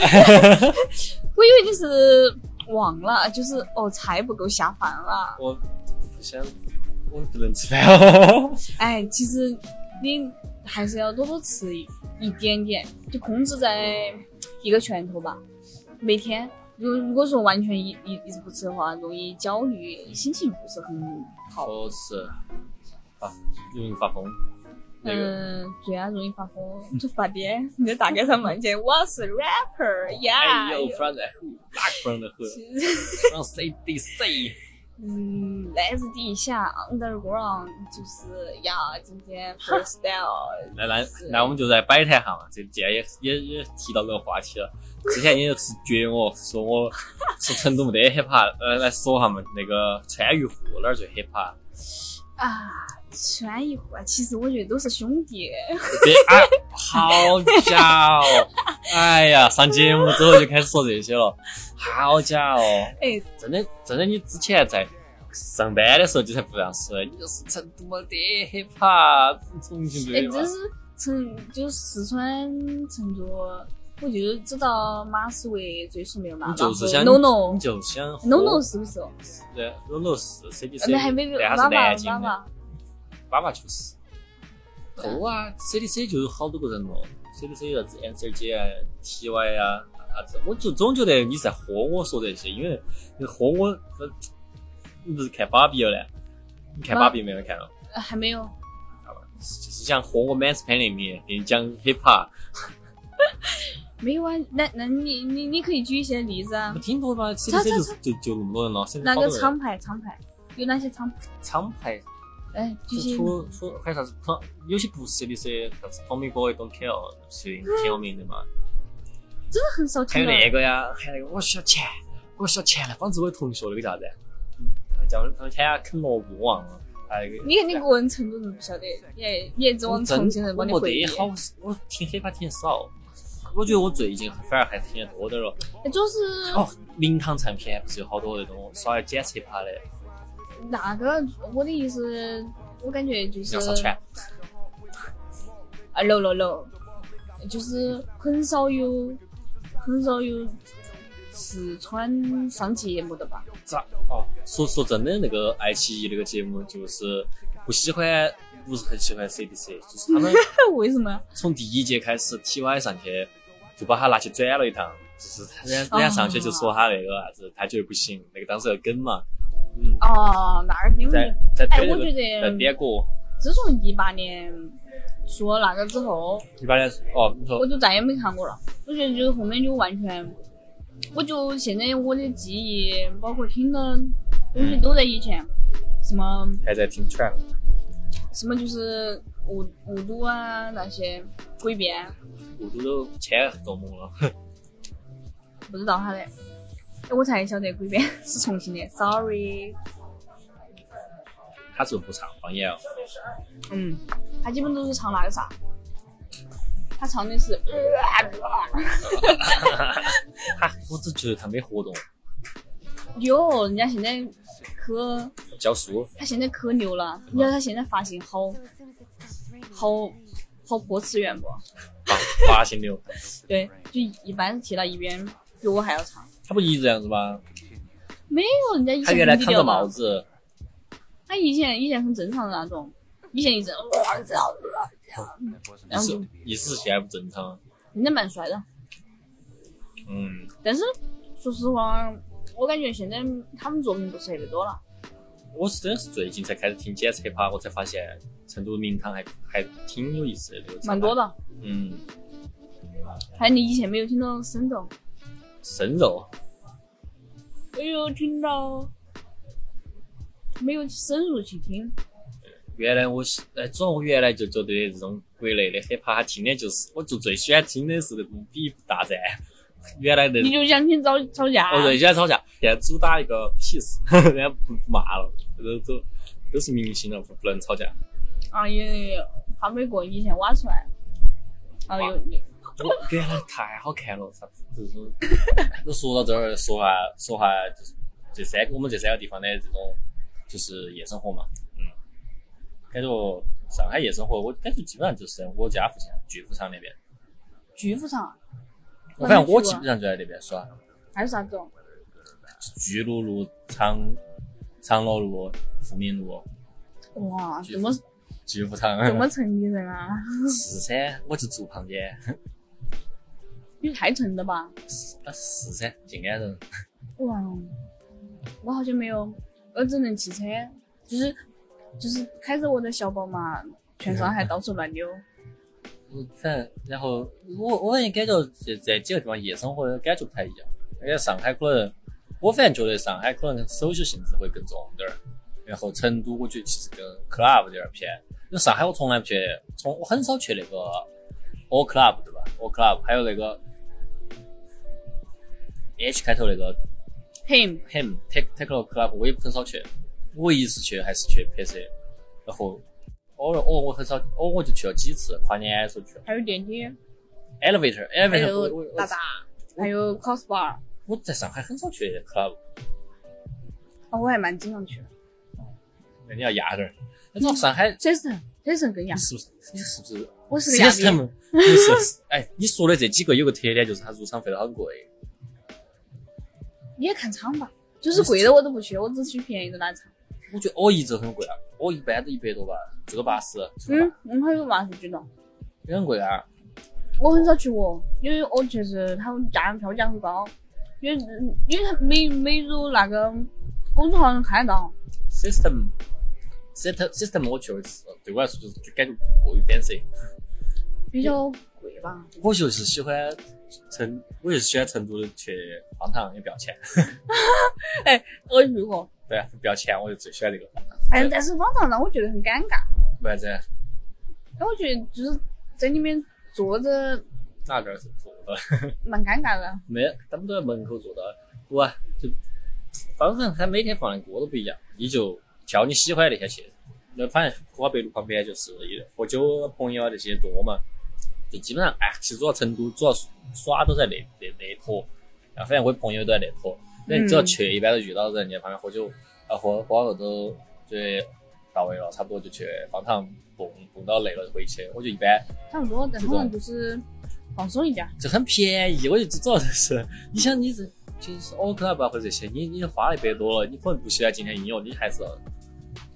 Speaker 1: 为你是忘了，就是哦菜不够下饭了。
Speaker 2: 我不想，我不能吃饭哦，
Speaker 1: 哎，其实你还是要多多吃一一点点，就控制在一个拳头吧，每天。如如果说完全一一一直不吃的话，容易焦虑，心情不是很好。
Speaker 2: 好吃，发容易发疯，那个
Speaker 1: 嗯，对啊，容易发疯，就发癫。 你在大街上梦见我是 rapper，yeah，
Speaker 2: 哎呦，from the who，back from the who，from city c
Speaker 1: 嗯，来自地下 underground，就是呀，今天 freestyle，
Speaker 2: 那那那我们就再摆摊哈嘛，这既然也也也提到这个话题了，之前你也是撅我说我 说成都没得 hiphop，呃，来说哈嘛，那个川渝沪哪儿最 hiphop？
Speaker 1: 啊，穿一户啊，其实我觉得都是兄弟，
Speaker 2: 这哎，好家伙！哎呀，上节目之后就开始说这些了，好家伙！
Speaker 1: 哎，
Speaker 2: 真的真的，你之前在上班的时候就才不这样说，你就是成都没得 hiphop，重庆
Speaker 1: 哎，
Speaker 2: 最
Speaker 1: 真是成就是四川成都，我就知道马思唯最出名嘛，
Speaker 2: 你就是想
Speaker 1: 然后
Speaker 2: 你
Speaker 1: no
Speaker 2: 就想
Speaker 1: no no no 是不是？
Speaker 2: 对，Lolo 是 C D
Speaker 1: 呃
Speaker 2: C，
Speaker 1: 那还没有
Speaker 2: 但
Speaker 1: 爸
Speaker 2: 它是
Speaker 1: 爸
Speaker 2: 南京
Speaker 1: 爸
Speaker 2: 的，
Speaker 1: 爸，
Speaker 2: 爸爸就是。哦啊，C D C 就有好多个人咯，C D C 啥子 Answer 姐啊，T Y 啊，啥子，我就总觉得你在喝我说这些，因为你喝我，不你不是看芭比了嘞？你看
Speaker 1: 啊
Speaker 2: 芭比没有看到？哦
Speaker 1: 呃还没有，
Speaker 2: 就是想喝我 Man's Planning 里，给你讲 Hip Hop，
Speaker 1: 没有啊，那那你你你可以举一些例子啊
Speaker 2: 没，听过吧？C D
Speaker 1: 他
Speaker 2: C
Speaker 1: 他
Speaker 2: 就就就那么多人了，现在
Speaker 1: 哪
Speaker 2: 好
Speaker 1: 个
Speaker 2: 多人
Speaker 1: 厂。牌厂牌？有哪些厂？
Speaker 2: 厂牌
Speaker 1: 哎，具体
Speaker 2: 出出还有啥子？他有些不是的噻，啥子 Tommy Boy Don't Care 是挺有名的嘛。
Speaker 1: 真的很少
Speaker 2: 还
Speaker 1: 听
Speaker 2: 有
Speaker 1: 到。
Speaker 2: 那个
Speaker 1: 嗯
Speaker 2: 呀，还有那个我需要钱，我需要钱来帮助我同学那个叫啥子？嗯叫他们参加啃萝卜忘了，还有那个。
Speaker 1: 你看你个人程度都不晓得，你还你还指
Speaker 2: 我
Speaker 1: 望
Speaker 2: 真
Speaker 1: 重庆人帮你
Speaker 2: 我
Speaker 1: 回
Speaker 2: 没
Speaker 1: 忆
Speaker 2: 得？好，我听 hiphop 听得少。我觉得我最近反而还听得多点儿了。
Speaker 1: 那哎就是
Speaker 2: 哦，灵堂唱片不是有好多那种耍要剪 hiphop 的，
Speaker 1: 那个，我的意思，我感觉就是
Speaker 2: 要上传。
Speaker 1: 啊，no no no，就是很少有很少有四川上节目的吧？
Speaker 2: 咋？哦，说说真的，那个爱奇艺那个节目就是不喜欢，不是很喜欢 CDC，就是他们
Speaker 1: 为什么？
Speaker 2: 从第一节开始 TY 上去就把他拿去转了一趟，就是他人
Speaker 1: 哦
Speaker 2: 家人家上去就说他那个啥子，他觉得不行，那个当时要跟嘛，嗯，
Speaker 1: 哦，那儿因
Speaker 2: 在
Speaker 1: 为
Speaker 2: 在
Speaker 1: 哎，
Speaker 2: 推
Speaker 1: 我
Speaker 2: 那
Speaker 1: 觉
Speaker 2: 个在
Speaker 1: 得
Speaker 2: 点歌，
Speaker 1: 自从一八年出了那个之后，
Speaker 2: 一般来说哦，你
Speaker 1: 我
Speaker 2: 说
Speaker 1: 就再也没看过了。我觉得就后面就完全，我就现在我的记忆，包括听的东西都在以前，什么
Speaker 2: 还在听 trap，
Speaker 1: 什么就是雾雾都啊那些鬼变，
Speaker 2: 我都都签做梦了，
Speaker 1: 不知道他的。哎我才晓得鬼变是重庆的，sorry。
Speaker 2: 他是不是不唱方言哦，
Speaker 1: 嗯，他基本都是唱那个啥，他唱的是，呃
Speaker 2: 他我只觉得他没活动，
Speaker 1: 哟，人家现在可
Speaker 2: 教书，
Speaker 1: 他现在可牛了，你知道他现在发型好，好，好破次元不？
Speaker 2: 发发型流，
Speaker 1: 对，就一般提到一边比我还要长。
Speaker 2: 他不一直这样子吗？
Speaker 1: 没有人家以
Speaker 2: 他
Speaker 1: 前
Speaker 2: 原来
Speaker 1: 很低
Speaker 2: 扛着
Speaker 1: 调
Speaker 2: 帽
Speaker 1: 的，
Speaker 2: 子，
Speaker 1: 他以前以前很正常的那种，以前一呃直，嗯
Speaker 2: 意思意思是现在不正常，
Speaker 1: 人家蛮帅的。
Speaker 2: 嗯，
Speaker 1: 但是说实话，我感觉现在他们作品不是特别多了。
Speaker 2: 我是真的是最近才开始听检测吧，我才发现成都名堂还还挺有意思的，这个
Speaker 1: 蛮多
Speaker 2: 的。
Speaker 1: 的。
Speaker 2: 嗯，
Speaker 1: 还有你以前没有听到生动，
Speaker 2: 生肉，
Speaker 1: 没有听到，没有深入去听。
Speaker 2: 原来我喜，哎，主要我原来就觉得这种国内的 hiphop 它听的就是，我就最喜欢听的是那种 beef 大战。原来的
Speaker 1: 你就想听吵吵架，
Speaker 2: 我最喜欢吵架，现在主打一个 peace，人 家不不骂了，都都都是明星了，不不能吵架。
Speaker 1: 啊也他们个以前挖出来，啊
Speaker 2: 挖
Speaker 1: 有有
Speaker 2: 我原来太好看了，啥子这种。都说到这儿，说下说下就是这三个我们这三个地方的这种就是夜生活嘛，嗯，感觉上海夜生活，我感觉基本上就是我家附近巨富场那边，
Speaker 1: 巨富场
Speaker 2: 我反正我
Speaker 1: 去
Speaker 2: 基
Speaker 1: 过
Speaker 2: 本上就在那边耍，
Speaker 1: 还是啥子哦？
Speaker 2: 巨鹿路、长长乐路、富民路、
Speaker 1: 哇，
Speaker 2: 巨
Speaker 1: 这么
Speaker 2: 巨富场，
Speaker 1: 这么城里 人啊，
Speaker 2: 是噻，我就住旁边，
Speaker 1: 你太城了吧？
Speaker 2: 啊是噻，静安人，
Speaker 1: 哇，哦我好久没有，我只能骑车，就是就是开着我的小宝马，全上海到处乱溜。
Speaker 2: 嗯，反正然后我我也感觉这这几个地方夜生活的感觉不太一样。而且上海可能，我反正觉得上海可能手机性质会更重点儿。然后成都我觉得其实跟 club 有点儿偏，因为上海我从来不去，从我很少去那个 all club 对吧？all club 还有那个 H 开头那个
Speaker 1: Him，
Speaker 2: Ham Tech Techno Club 我也很少去，我一次去还是去 PC，然后偶尔偶尔我很少，偶尔我就去了几次，跨年的时候去了。
Speaker 1: 还有电梯，
Speaker 2: Elevator
Speaker 1: 还
Speaker 2: Elevator，我
Speaker 1: 有
Speaker 2: 我
Speaker 1: 哎大大，还有 Cos Bar，
Speaker 2: 我在上海很少去 club，
Speaker 1: 哦，我还蛮经常去的。
Speaker 2: 那你要压点儿。
Speaker 1: 嗯
Speaker 2: 你知道上海
Speaker 1: Jason，Jason 更雅
Speaker 2: 你，是不是你是不是
Speaker 1: 我是个
Speaker 2: 是
Speaker 1: 亚
Speaker 2: 个
Speaker 1: 逼
Speaker 2: 什，么？不是， 哎，你说的这几个有个特点就是它入场费都很贵，
Speaker 1: 你也看场吧，就是贵的我都不去，我只去便宜的那场。
Speaker 2: 我觉得我一直很贵啊，我一般都一百多吧，最多八十，最多
Speaker 1: 嗯
Speaker 2: 吧，
Speaker 1: 我还有八十几的。
Speaker 2: 也很贵啊。
Speaker 1: 我很少去哦，因为我确实他们价票价很高，因为因为他没没如那个公众号能看得到。
Speaker 2: System System System 我去过一次，对我来说就是就感觉过于 fancy。
Speaker 1: 比较贵吧。
Speaker 2: 我就是喜欢成，我就是喜欢成都的去荒唐，也不要钱。
Speaker 1: 我去过，
Speaker 2: 对啊，不要钱，我就最喜欢这个，
Speaker 1: 哎，但是网上让我觉得很尴尬，
Speaker 2: 不然这
Speaker 1: 哎，我觉得就是在里面坐着
Speaker 2: 哪个是坐的？
Speaker 1: 蛮尴尬的。
Speaker 2: 没，他们都在门口坐的，不啊，就反正他每天放的歌都不一样，你就挑你喜欢的那些去。那反正荷花北路旁边就是也喝酒朋友啊这些多嘛，就基本上哎，其实主要成都主要耍都在那那那一坨，啊，反正我朋友都在那坨，那你只要去，一般都遇到人家旁边喝酒，啊，喝喝了都觉得到位了，差不多就去方糖蹦蹦到累了就回去，我就一般。
Speaker 1: 差不多，但可能就是放松 一点。
Speaker 2: 就很便宜，我就主要是，你想你这就是哦，克拉吧或者这些，你你花了一百多了，你可能不喜欢今天音乐，你还是要，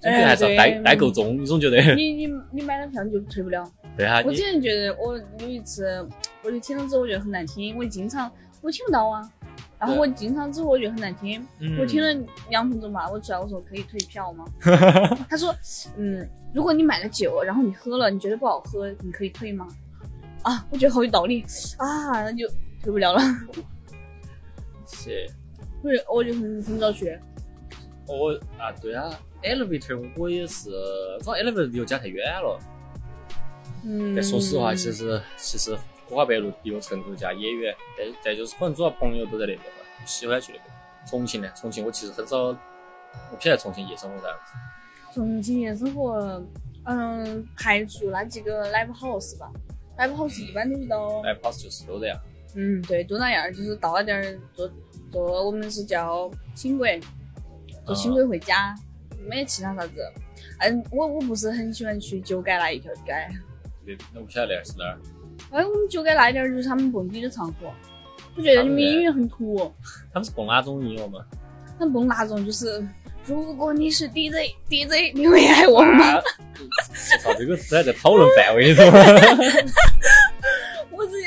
Speaker 2: 总觉得还是要
Speaker 1: 哎
Speaker 2: 待
Speaker 1: 对
Speaker 2: 待够钟，你总觉得
Speaker 1: 你你你买了票你就退不了。
Speaker 2: 对啊，
Speaker 1: 我
Speaker 2: 你
Speaker 1: 之前觉得我有一次，我就听了之后我觉得很难听，我经常我听不到啊。然后我经常之后我觉得很难听，
Speaker 2: 嗯
Speaker 1: 我听了两分钟吧，我出来我说可以退票 吗？他说，嗯，如果你买了酒，然后你喝了，你觉得不好喝，你可以退吗？啊，我觉得好有道理啊，那就退不了 了。
Speaker 2: 是，
Speaker 1: 我就我就很很早学，
Speaker 2: 我啊对啊，elevator 我也是，主要 elevator 离我家太远了，
Speaker 1: 嗯。
Speaker 2: 但说实话，其实其实花白路离我成都家也远，但再就是可能主要朋友都在那边嘛，喜欢去那边。重庆呢，重庆我其实很少，我不晓得重庆夜生活啥样子。
Speaker 1: 重庆夜生活，嗯，排除那几个 live house 吧，live house 一般都是到，
Speaker 2: 来 pass 就是都这样。
Speaker 1: 嗯，对，都那样儿，就是到那点儿坐坐，我们是叫轻轨，坐轻
Speaker 2: 嗯
Speaker 1: 轨回家，没其他啥子。嗯，我我不是很喜欢去酒街那一条街，
Speaker 2: 那那我不晓得那是哪儿。
Speaker 1: 哎，我们酒街那一点儿就是他们蹦迪的场所，我觉得你们音乐很土，
Speaker 2: 他们是蹦哪种音乐 嘛？
Speaker 1: 他们蹦那种就是，如果你是 DJ DJ，你会爱我 吗？
Speaker 2: 啊，操，这个是在讨论范围中。
Speaker 1: 我自己。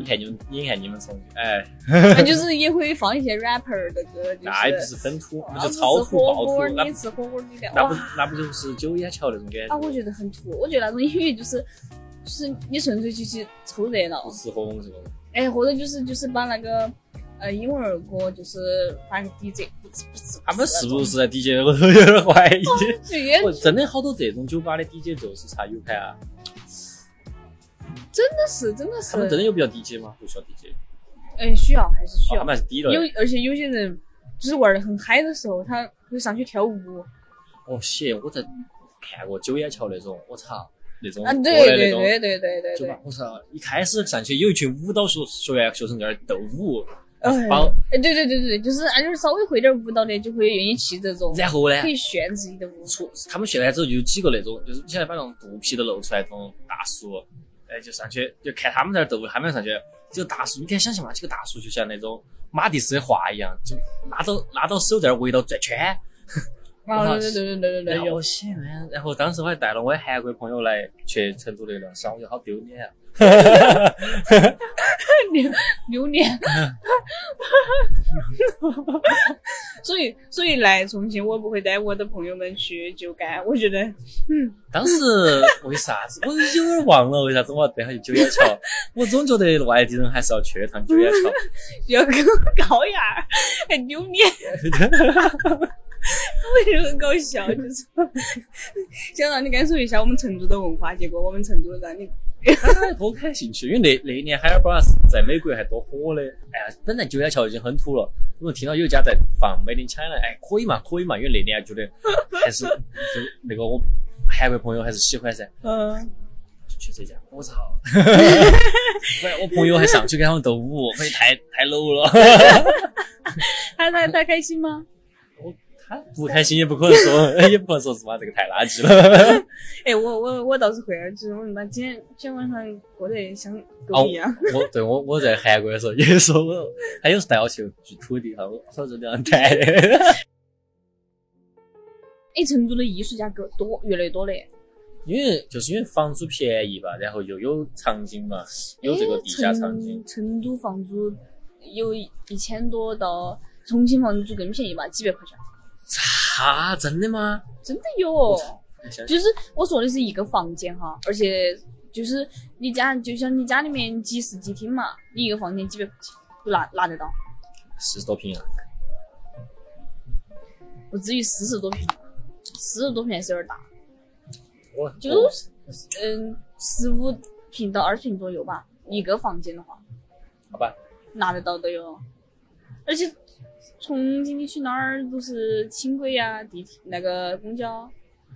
Speaker 2: 你看你们，你看你们从哎，
Speaker 1: 那就是也会放一些 rapper 的歌，就是
Speaker 2: 那也不是分土，
Speaker 1: 啊
Speaker 2: 那就超土
Speaker 1: 火
Speaker 2: 爆土
Speaker 1: 锅，，
Speaker 2: 那
Speaker 1: 你吃火锅底料，
Speaker 2: 那不
Speaker 1: 哇
Speaker 2: 那不就是九眼桥那种感
Speaker 1: 啊，
Speaker 2: 觉？
Speaker 1: 我觉得很土，我觉得那种音乐就是。就是你纯粹就去凑热闹
Speaker 2: 不，适合我们这种。
Speaker 1: 哎，或者就是就是把那个呃英文儿歌就是发个 DJ，不是不是，
Speaker 2: 他们是不是在 DJ 我都有点怀疑。
Speaker 1: 就也
Speaker 2: 我真的好多这种酒吧的 DJ 就是查 U 盘啊，
Speaker 1: 真的是真的
Speaker 2: 他们真
Speaker 1: 是，
Speaker 2: 的有必要 DJ 吗？不需要 DJ，
Speaker 1: 哎，需要还是需
Speaker 2: 哦
Speaker 1: 要
Speaker 2: 他，们还是低了
Speaker 1: 有。而且有些人就是玩的很嗨的时候，他会上去跳舞，
Speaker 2: 哦，谢，我在看过九眼桥那种，我操，那种
Speaker 1: 啊，
Speaker 2: 嗯国
Speaker 1: 对
Speaker 2: 内那
Speaker 1: 对
Speaker 2: 种。
Speaker 1: 对对对对
Speaker 2: 就
Speaker 1: 对
Speaker 2: 吧，，我操！啊一开始上去有一群舞蹈学学院学生在那儿斗舞，
Speaker 1: 哎
Speaker 2: 帮，
Speaker 1: 哎，对对对对，就是俺就是稍微会点舞蹈的，就会愿意去这种，
Speaker 2: 然后呢
Speaker 1: 可，以炫自己的舞。
Speaker 2: 出他们炫完之后就有几个那种，就是你晓得把那种肚皮都露出来那种大叔，哎，就上去就看他们在那儿斗舞，他们上去，这个大叔你敢想象吗？这个大叔就像那种马蒂斯的画一样，就拉到拉到手在那儿围到转圈，哎
Speaker 1: 啊，对对对对
Speaker 2: 然
Speaker 1: 对对对，
Speaker 2: 后
Speaker 1: 有。
Speaker 2: 谢然然后当时我还带了我的韩国朋友来去成都那个耍，我觉得好丢脸啊！
Speaker 1: 榴榴莲。 所以，所以来重庆，我不会带我的朋友们去酒干，我觉得，嗯，
Speaker 2: 当时为啥子我有点忘了为啥子我要带他去九眼桥？我总觉得外地人还是要去一趟九眼桥。
Speaker 1: 要更 高雅儿，还榴莲，我觉得很搞笑，就是想让你感受一下我们成都的文化，结果我们成都让你，
Speaker 2: 他多感兴趣，因为那那一年海尔巴是在美国还多火的。哎呀，本来九眼桥已经很土了，我们听到有一家在放 Made in China，哎，可以嘛，可以嘛，因为那年觉得还是就那个我韩国朋友还是喜欢噻，
Speaker 1: 嗯，
Speaker 2: 就去这家，我操！我我朋友还上去跟他们斗舞，可以太太 low 了。
Speaker 1: 他他他开心吗？
Speaker 2: 他不开心也不可能说，也 不可能说是妈这个太垃圾了。
Speaker 1: 哎，我我我倒是会啊，就是我们班今天今天晚上过得像
Speaker 2: 哦
Speaker 1: 狗一样。
Speaker 2: 我对我我在韩国的时候也是我，他有时带我去去土地上，我说这两台。
Speaker 1: 哎，成都的艺术家够多，越来越多嘞。
Speaker 2: 因为就是因为房租便宜吧，然后又有场景嘛，有这个地下场景
Speaker 1: 哎成。成都房租有一千多到重庆房租更便宜吧，几百块钱，哎
Speaker 2: 哈，真的吗？
Speaker 1: 真的有。
Speaker 2: 你想
Speaker 1: 就是我说的是一个房间哈，而且就是你家就像你家里面几室几厅嘛，你一个房间几百块钱就拿拿得到。
Speaker 2: 四十多平啊，
Speaker 1: 不至于四十多平，四十多平还是有点大，
Speaker 2: 我
Speaker 1: 就嗯十五平到二十平左右吧，一个房间的话
Speaker 2: 好吧，
Speaker 1: 拿得到的哟。而且重庆你去哪儿都是轻轨呀、地铁那个公交，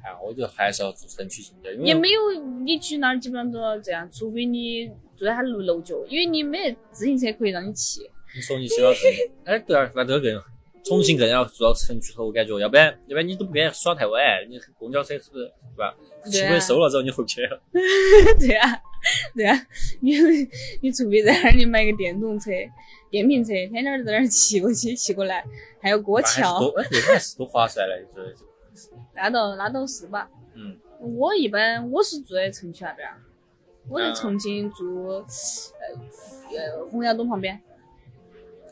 Speaker 2: 哎呀，我觉得还是要住城区型的，因为
Speaker 1: 也没有你去哪儿基本上都要这样，除非你住在它楼楼角，因为你没得自行车可以让你骑。
Speaker 2: 你说你需要城，哎，对啊，那这个更重庆更要住到城区头，我感觉，要不然要不然你都不敢耍太晚，你公交车是不是对吧？
Speaker 1: 对
Speaker 2: 轻
Speaker 1: 啊
Speaker 2: 轨收了之后你回不去了。
Speaker 1: 对呀、对呀、你你除非在那儿你买个电动车、电瓶车，天天在那儿骑过去、骑过来，还要过
Speaker 2: 那还是
Speaker 1: 桥，
Speaker 2: 多哎，那还是多划算嘞，就是
Speaker 1: 那倒那倒是吧。
Speaker 2: 嗯，
Speaker 1: 我一般我是住在城区那边儿，我在
Speaker 2: 嗯
Speaker 1: 重庆住，呃呃洪崖洞旁边，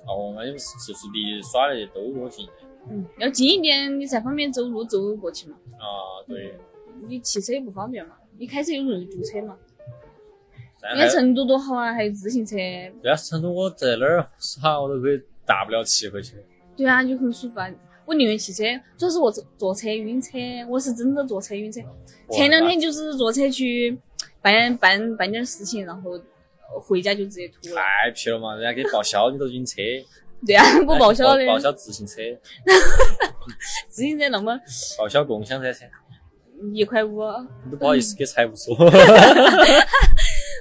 Speaker 2: 哦，那你们就是离耍的都有近
Speaker 1: 嗯，要近一点你才方便走路走过去嘛，
Speaker 2: 啊，对，
Speaker 1: 你骑车也不方便嘛，你开车又容易堵车嘛。
Speaker 2: 但
Speaker 1: 你
Speaker 2: 哎
Speaker 1: 看
Speaker 2: 还
Speaker 1: 成都多好啊，还有自行车，
Speaker 2: 对啊，成都我在哪儿耍我都可以大不了骑回去。
Speaker 1: 对啊，就很舒服啊。我宁愿骑车，主要是我坐坐车晕车，我是真的坐车晕车。前两天就是坐车去办办办点事情，然后呃回家就直接吐了。
Speaker 2: 太皮了嘛，人家给你报销，你都晕 车，
Speaker 1: 对啊，我报销的
Speaker 2: 哎报销自行车，
Speaker 1: 自行车那么
Speaker 2: 报销共享单车，
Speaker 1: 一块五，
Speaker 2: 你都不好
Speaker 1: 嗯
Speaker 2: 意思给财务说。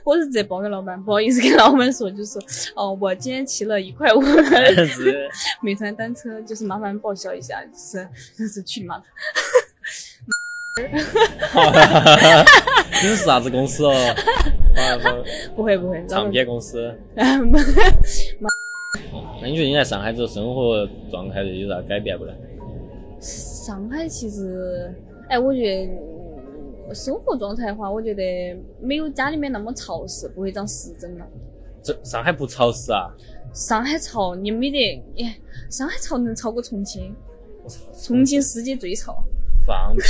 Speaker 1: 我是直接报给老板，不好意思跟老板说，就说哦，我今天骑了一块五
Speaker 2: 是
Speaker 1: 美团单车，就是麻烦报销一下，就是就是去你妈的！
Speaker 2: 你是啥子公司哦？啊， 不
Speaker 1: 不会不会，老
Speaker 2: 唱
Speaker 1: 板
Speaker 2: 片公司。那你觉得你在上海之后生活状态有啥改变不呢？
Speaker 1: 上海其实，哎，我觉得嗯生活状态的话，我觉得没有家里面那么潮湿，不会长湿疹了。
Speaker 2: 这上海不潮湿啊？
Speaker 1: 上海潮，你没得，哎，上海潮能超过重庆？重庆世界最潮。
Speaker 2: 放屁！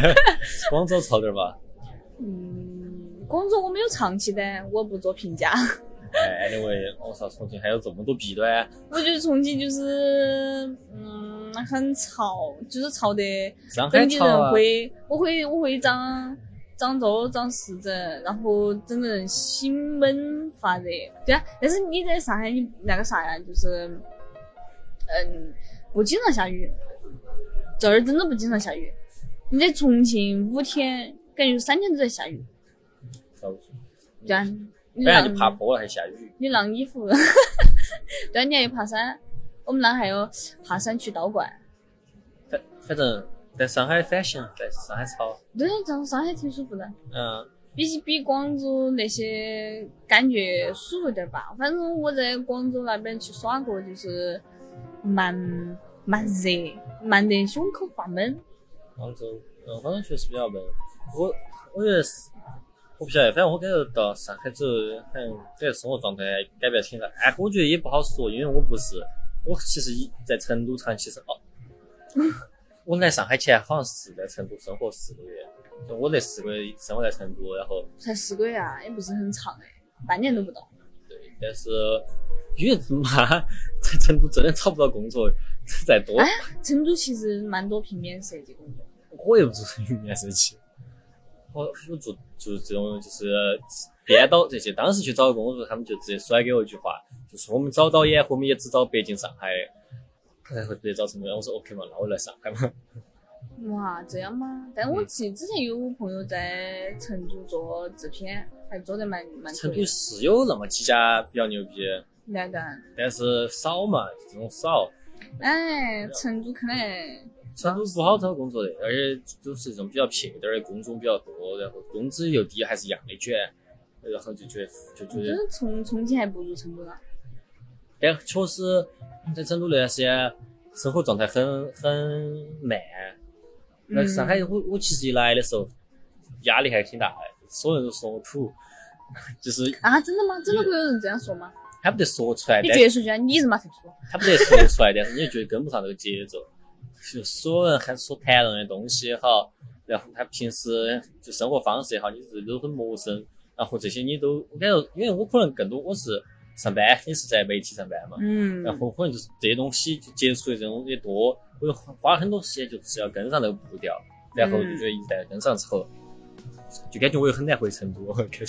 Speaker 2: 广州潮点儿吧。
Speaker 1: 嗯，广州我没有长期的，我不做评价。
Speaker 2: 哎，anyway，我操，重庆还有这么多弊端，
Speaker 1: 我觉得重庆就是，嗯，很潮，就是潮得
Speaker 2: 上海
Speaker 1: 本地
Speaker 2: 潮啊
Speaker 1: 人。会，我会我会长长痘、长湿疹，然后整个人心闷发热。对啊，但是你在上海，你那个啥呀，就是，嗯，不经常下雨，这儿真的不经常下雨。你在重庆五天，感觉三天都在下雨。
Speaker 2: 遭不住
Speaker 1: 对啊，你嗯
Speaker 2: 本来就
Speaker 1: 晾
Speaker 2: 怕坡了，还下雨。
Speaker 1: 你晾衣 服，对啊，你还有爬山。我们那还有爬山去道观，
Speaker 2: 反反正在上海反省，在上海潮。
Speaker 1: 对啊，上上海挺舒服的。
Speaker 2: 嗯，
Speaker 1: 比起比广州那些感觉舒服点儿吧。反正我在广州那边去耍过，就是蛮蛮热，蛮得胸口发闷。
Speaker 2: 广州，嗯，广州确实比较闷。我我觉得是，我不晓得，反正我感觉到上海之后，反正这生活状态改变挺大。哎，我觉得也不好说，因为我不是，我其实一在成都长期生哦。 我来上海前好像是在成都生活四个月，就我那四个月生活在成都，然后
Speaker 1: 才四个月啊，也不是很长哎，半年都不到。
Speaker 2: 对，但是因为妈在成都真的找不到工作，再多
Speaker 1: 哎成都其实蛮多平面设计工作，
Speaker 2: 我又不做平面设计，我哦我做做这种就是编导这些。当时去找工作，他们就直接甩给我一句话，就说我们找导演，我们也只找北京、上海，然后直接找成都。我说 OK 嘛，那我来上海嘛。
Speaker 1: 哇，这样吗？但我其实之前有朋友在成都做制片，还做得蛮蛮可
Speaker 2: 成
Speaker 1: 以
Speaker 2: 都
Speaker 1: 的。
Speaker 2: 是有那么几家比较牛逼，
Speaker 1: 那个，
Speaker 2: 但是少嘛，这种少。
Speaker 1: 哎，成都
Speaker 2: 嗯
Speaker 1: 可能哎
Speaker 2: 成都不好找工作的，而且都是这种比较撇点儿的工种比较多，然后工资又低，还是一样的卷，然后就觉得就
Speaker 1: 我
Speaker 2: 觉
Speaker 1: 觉
Speaker 2: 得
Speaker 1: 得重重庆还不如成都呢。
Speaker 2: 但哎确实在成都那段时间生活状态很很慢。那
Speaker 1: 嗯
Speaker 2: 上海我我其实一来的时候压力还挺大的，所有人都说我土， 就是
Speaker 1: 啊，真的吗？真的会有人这样说吗？
Speaker 2: 他不得说出来，
Speaker 1: 你
Speaker 2: 但啊
Speaker 1: 觉得人家你日妈才说，
Speaker 2: 他不得说出来，但是你又觉得跟不上这个节奏。就所有人还所谈论的东西也好，然后他平时就生活方式也好，你自己都很陌生，然后这些你都我感觉，因为我可能更多我是上班也是在媒体上班嘛，
Speaker 1: 嗯，
Speaker 2: 然后可能就是这些东西就接触的这种东西多，我就花了很多时间就是要跟上这个步调，然后就觉得一旦跟上之后，就感觉我又很难回成都， 感觉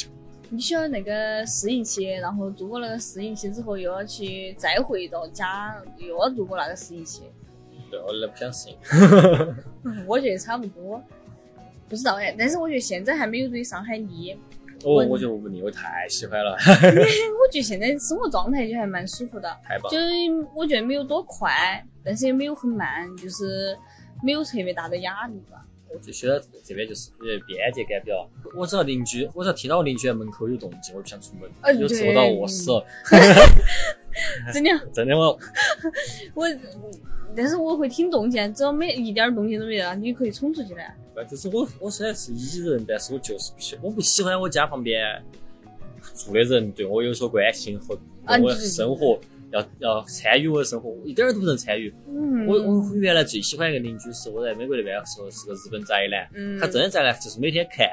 Speaker 1: 你需要那个适应期，然后度过那个适应期之后，又要去再回到家，又要度过那个适应期。嗯
Speaker 2: 对我那不想适应。
Speaker 1: 我觉得差不多，不知道哎，但是我觉得现在还没有对上海 腻。
Speaker 2: 我
Speaker 1: 我
Speaker 2: 我觉得我不腻，我太喜欢 了，
Speaker 1: 我觉得现在生活状态就还蛮舒服的，
Speaker 2: 太棒
Speaker 1: 就
Speaker 2: 了。
Speaker 1: 我觉得没有多快，但是也没有很慢，就是没有特别大的压力吧。
Speaker 2: 我最喜欢这边就是呃边界感比较，我只要邻居，我只要听到邻居门口有动静，我就想出门
Speaker 1: 哎，
Speaker 2: 有
Speaker 1: 对
Speaker 2: 坐到卧室，
Speaker 1: 真的，
Speaker 2: 真的我
Speaker 1: 我，我但是我会听动静，只要没一点儿动静都没得，你就可以冲出去的。
Speaker 2: 不，就是我，我虽然是蚁人，但是我就是不喜，我不喜欢我家旁边住的人对我有所关心和
Speaker 1: 啊
Speaker 2: 和我
Speaker 1: 对对
Speaker 2: 生活要要参与我的生活，我一点儿都不能参与。
Speaker 1: 嗯，
Speaker 2: 我我原来最喜欢一个邻居是我在美国那边的时候是个日本宅男，
Speaker 1: 嗯，
Speaker 2: 他真的宅男，就是每天看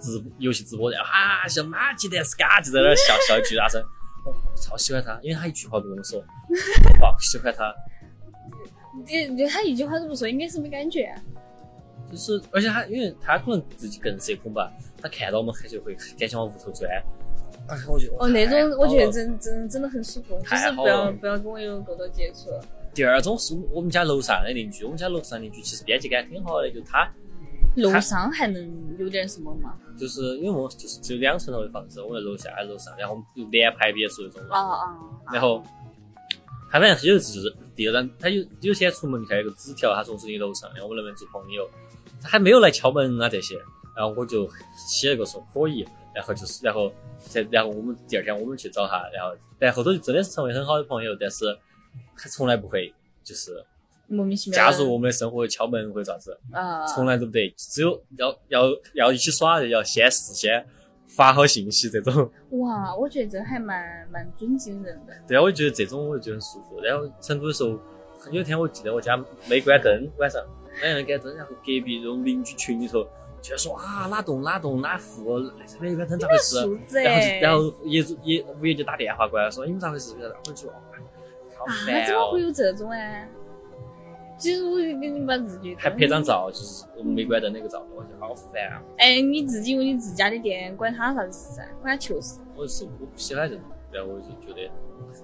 Speaker 2: 直播游戏直播，然后啊像马鸡蛋是嘎就在那儿笑笑一句大声，我超喜欢他，因为他一句话都不跟我说， 好喜欢他。
Speaker 1: 对对他一句话都不说，应该是没感觉。
Speaker 2: 就是，而且他因为他可能自己更社恐吧，他看到我们他就会敢想往屋头钻。哎，我觉得
Speaker 1: 哦，那种我觉得
Speaker 2: 这
Speaker 1: 真真真的很舒服，就
Speaker 2: 太
Speaker 1: 是
Speaker 2: 好
Speaker 1: 不要
Speaker 2: 了
Speaker 1: 不要跟我有过多接触。
Speaker 2: 第二种是我们家楼上的邻居，我们家楼上邻居其实边界感挺好的，就他
Speaker 1: 楼上还能有点什么吗？
Speaker 2: 就是因为我们就是只有两层楼的房子，我们在楼下，他在楼上，然后我们就连排别墅那种。
Speaker 1: 啊啊，啊
Speaker 2: 然后他反正有一次就是第二张，他有有天出门就看到一个纸条，他说是你楼上的，我们那边做朋友，他还没有来敲门啊这些，然后我就写了个说可以，然后就是然后才然后我们第二天我们去找他，然后但后头就真的是成为很好的朋友，但是他从来不会就是
Speaker 1: 莫名其妙
Speaker 2: 加
Speaker 1: 的。
Speaker 2: 入我们的生活敲门或者咋子，
Speaker 1: 啊，
Speaker 2: 从来都不得，只有要要要一起耍要先事先发好信息这种。
Speaker 1: 哇，我觉得这还蛮蛮尊敬人的。
Speaker 2: 对啊，我就觉得这种我就觉得很舒服。然后成都的时候，有一天我记得我家没关灯，晚上没人关灯，然后隔壁这种邻居群里头居然说啊哪栋哪栋哪户这边有关灯咋回事？
Speaker 1: 素质
Speaker 2: 然后就
Speaker 1: 哎，
Speaker 2: 然后业主业物业就打电话过来说你们咋回事？然后我就哇好
Speaker 1: 啊，
Speaker 2: 烦
Speaker 1: 怎么会
Speaker 2: 哦。
Speaker 1: 有这种哎？其实我就给你把自己
Speaker 2: 还拍张。照，就是没关灯那个照，我就好烦啊！
Speaker 1: 哎，你自己有你自家的店，管他啥子事啊？管他球事。
Speaker 2: 我是我不喜欢这种，然后我就觉得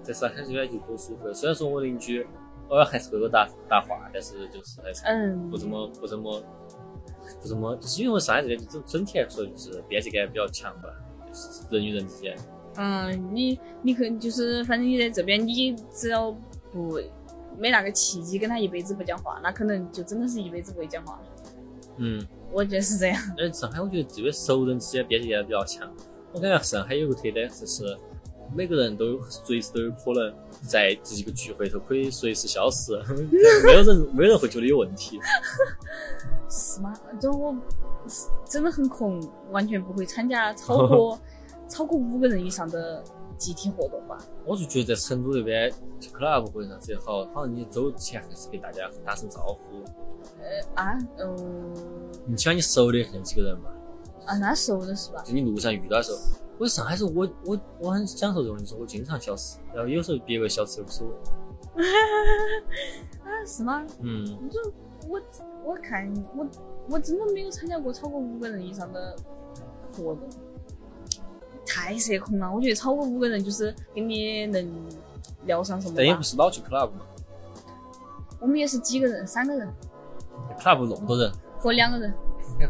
Speaker 2: 在上海这边就多舒服。虽然说我邻居偶尔还是会给我打打话，但是就是还是
Speaker 1: 嗯
Speaker 2: 不，怎么不怎么不怎么，就是因为上海这边整整体来说就是边界感比较强吧，就是人与人之间。
Speaker 1: 嗯，你你可就是反正你在这边，你只要不没那个契机跟他一辈子不讲话，那可能就真的是一辈子不会讲话。
Speaker 2: 嗯，
Speaker 1: 我觉得是这 样。
Speaker 2: 而且上海我觉得这边熟人之间边界感比较强。我感觉上海有个特点就是每个人都有随时都有可能在这一个聚会头可以随时消失，没有人 没有人会觉得有问题。
Speaker 1: 是吗？就我是真的很空，完全不会参加 超过超过五个人以上的集体活动吧。
Speaker 2: 我就觉得在成都这边 club 或者啥子也好，好像你走之前还是给大家打声招呼。
Speaker 1: 啊，嗯，
Speaker 2: 你起码你熟的那几个人嘛，
Speaker 1: 啊，那熟的是吧？
Speaker 2: 就你路上遇到的时候，我上海时候我我我很享受这种，就是我经常消失，然后有时候别个消失也无所谓。
Speaker 1: 啊，是吗？
Speaker 2: 嗯，
Speaker 1: 就我我看我我真的没有参加过超过五个人以上的活动，太社恐了。我觉得超过五个人就是跟你能聊上什么
Speaker 2: 但也不
Speaker 1: 吧。
Speaker 2: 是老去 club 嘛
Speaker 1: 我们也是几个人，三个人
Speaker 2: ，club 那么多人
Speaker 1: 或两个人。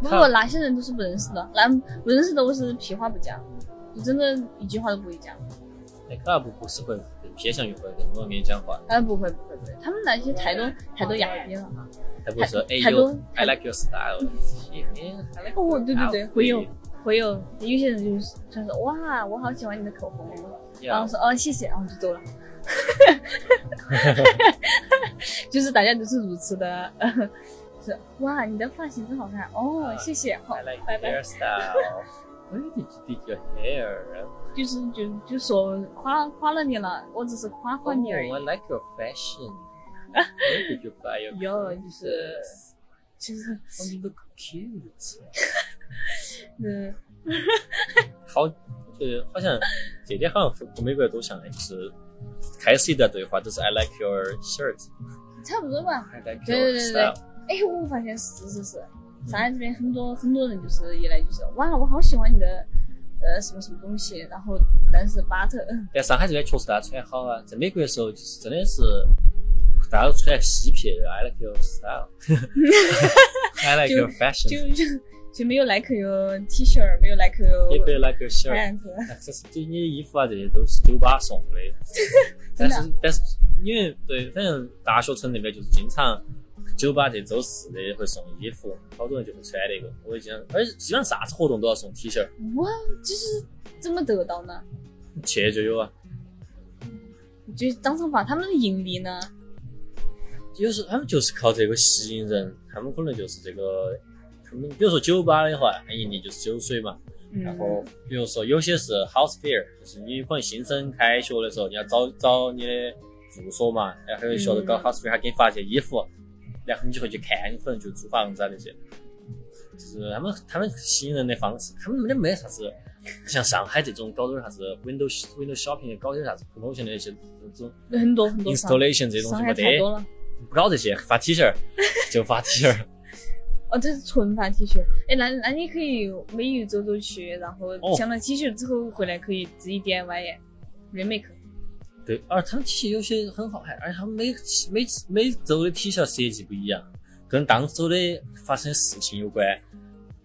Speaker 1: 不过
Speaker 2: ，club
Speaker 1: 那些人都是不认识的，那不认识的我是屁话不讲，就真的一句话都不会讲。
Speaker 2: 那哎 club 不是会更偏向于会更多人跟你讲话，
Speaker 1: 呃，不会不会不会，他们那些太多太多压力了。
Speaker 2: 还不是哎说哎
Speaker 1: 太多
Speaker 2: 呦 I like your style，哎
Speaker 1: 哦，对对对，会有会有，有些人就是他说哇，我好喜欢你的口红，然后
Speaker 2: 呀，
Speaker 1: 说哦谢谢，然后就走了。 就是大家都是如此的，呃、是哇，你的发型真好看哦，谢谢，好
Speaker 2: 啊 I，like
Speaker 1: 拜拜。
Speaker 2: your style。Where did you did your hair?
Speaker 1: 就是就就说夸夸了你了，我只是夸夸
Speaker 2: Oh,
Speaker 1: 你而已。
Speaker 2: I like your fashion. Where did you buy your?
Speaker 1: 哟，就是其实
Speaker 2: Oh, you look cute.
Speaker 1: 嗯，
Speaker 2: 好，我觉就是好像这天好像和美国都像的，就是开始一段对话都是 I like your shirt，I
Speaker 1: 差不多吧。
Speaker 2: like
Speaker 1: 对
Speaker 2: your
Speaker 1: 对对
Speaker 2: style。
Speaker 1: 哎，我发现是是是，上海这边很多很多人就是一来就是哇，我好喜欢你的呃什么什么东西，然后但是巴特
Speaker 2: 但上海这边确实大家穿好啊，在美国的时候就是真的是大家都穿嬉皮，I like your style，I like your
Speaker 1: 就
Speaker 2: fashion，
Speaker 1: 就就没有 like 有 T 恤儿，没有 like
Speaker 2: 也
Speaker 1: 有
Speaker 2: 可以 like your shirt，哎
Speaker 1: pants，
Speaker 2: 这是就你的衣服啊这些都是酒吧送的，但
Speaker 1: 真的
Speaker 2: 是但是因为对，反正大学城那边就是经常。酒吧这周四的会送衣服，好多人就会穿那个。我也经常，而且基本上啥子活动都要送 T 恤，
Speaker 1: 我就是怎么得到呢？
Speaker 2: 去就有啊。
Speaker 1: 就是当场把他们的盈利呢？
Speaker 2: 有时候他们就是靠这个吸引人，他们可能就是这个，他们比如说酒吧的话，它盈利就是酒水嘛。
Speaker 1: 嗯，
Speaker 2: 然后比如说有些是 house fair，就是你可能新生开学的时候，你要找找你的住所嘛，然后有些学校搞
Speaker 1: 嗯
Speaker 2: house fair，还给你发些衣服，然后你就会去看，你可能就租房子啊那些。就是他们他们吸引人的方式，他们没没啥子，像上海这种搞点啥子 window window shopping，搞点啥子 promotion 的一些这种
Speaker 1: 很多很多商
Speaker 2: installation 这些东
Speaker 1: 伤
Speaker 2: 西
Speaker 1: 害
Speaker 2: 没得。
Speaker 1: 太多了。
Speaker 2: 不搞这些，发 T 恤儿就发 T 恤儿。
Speaker 1: 哦，这是纯发 T 恤。哎，那那你可以每一周都去，然后
Speaker 2: 哦
Speaker 1: 抢了 T 恤之后回来可以自己 DIY 耶，remake。
Speaker 2: 对，而他们 T 恤有些很好看，而且他们每每每周的 T 恤设计不一样，跟当周的发生的事情有关。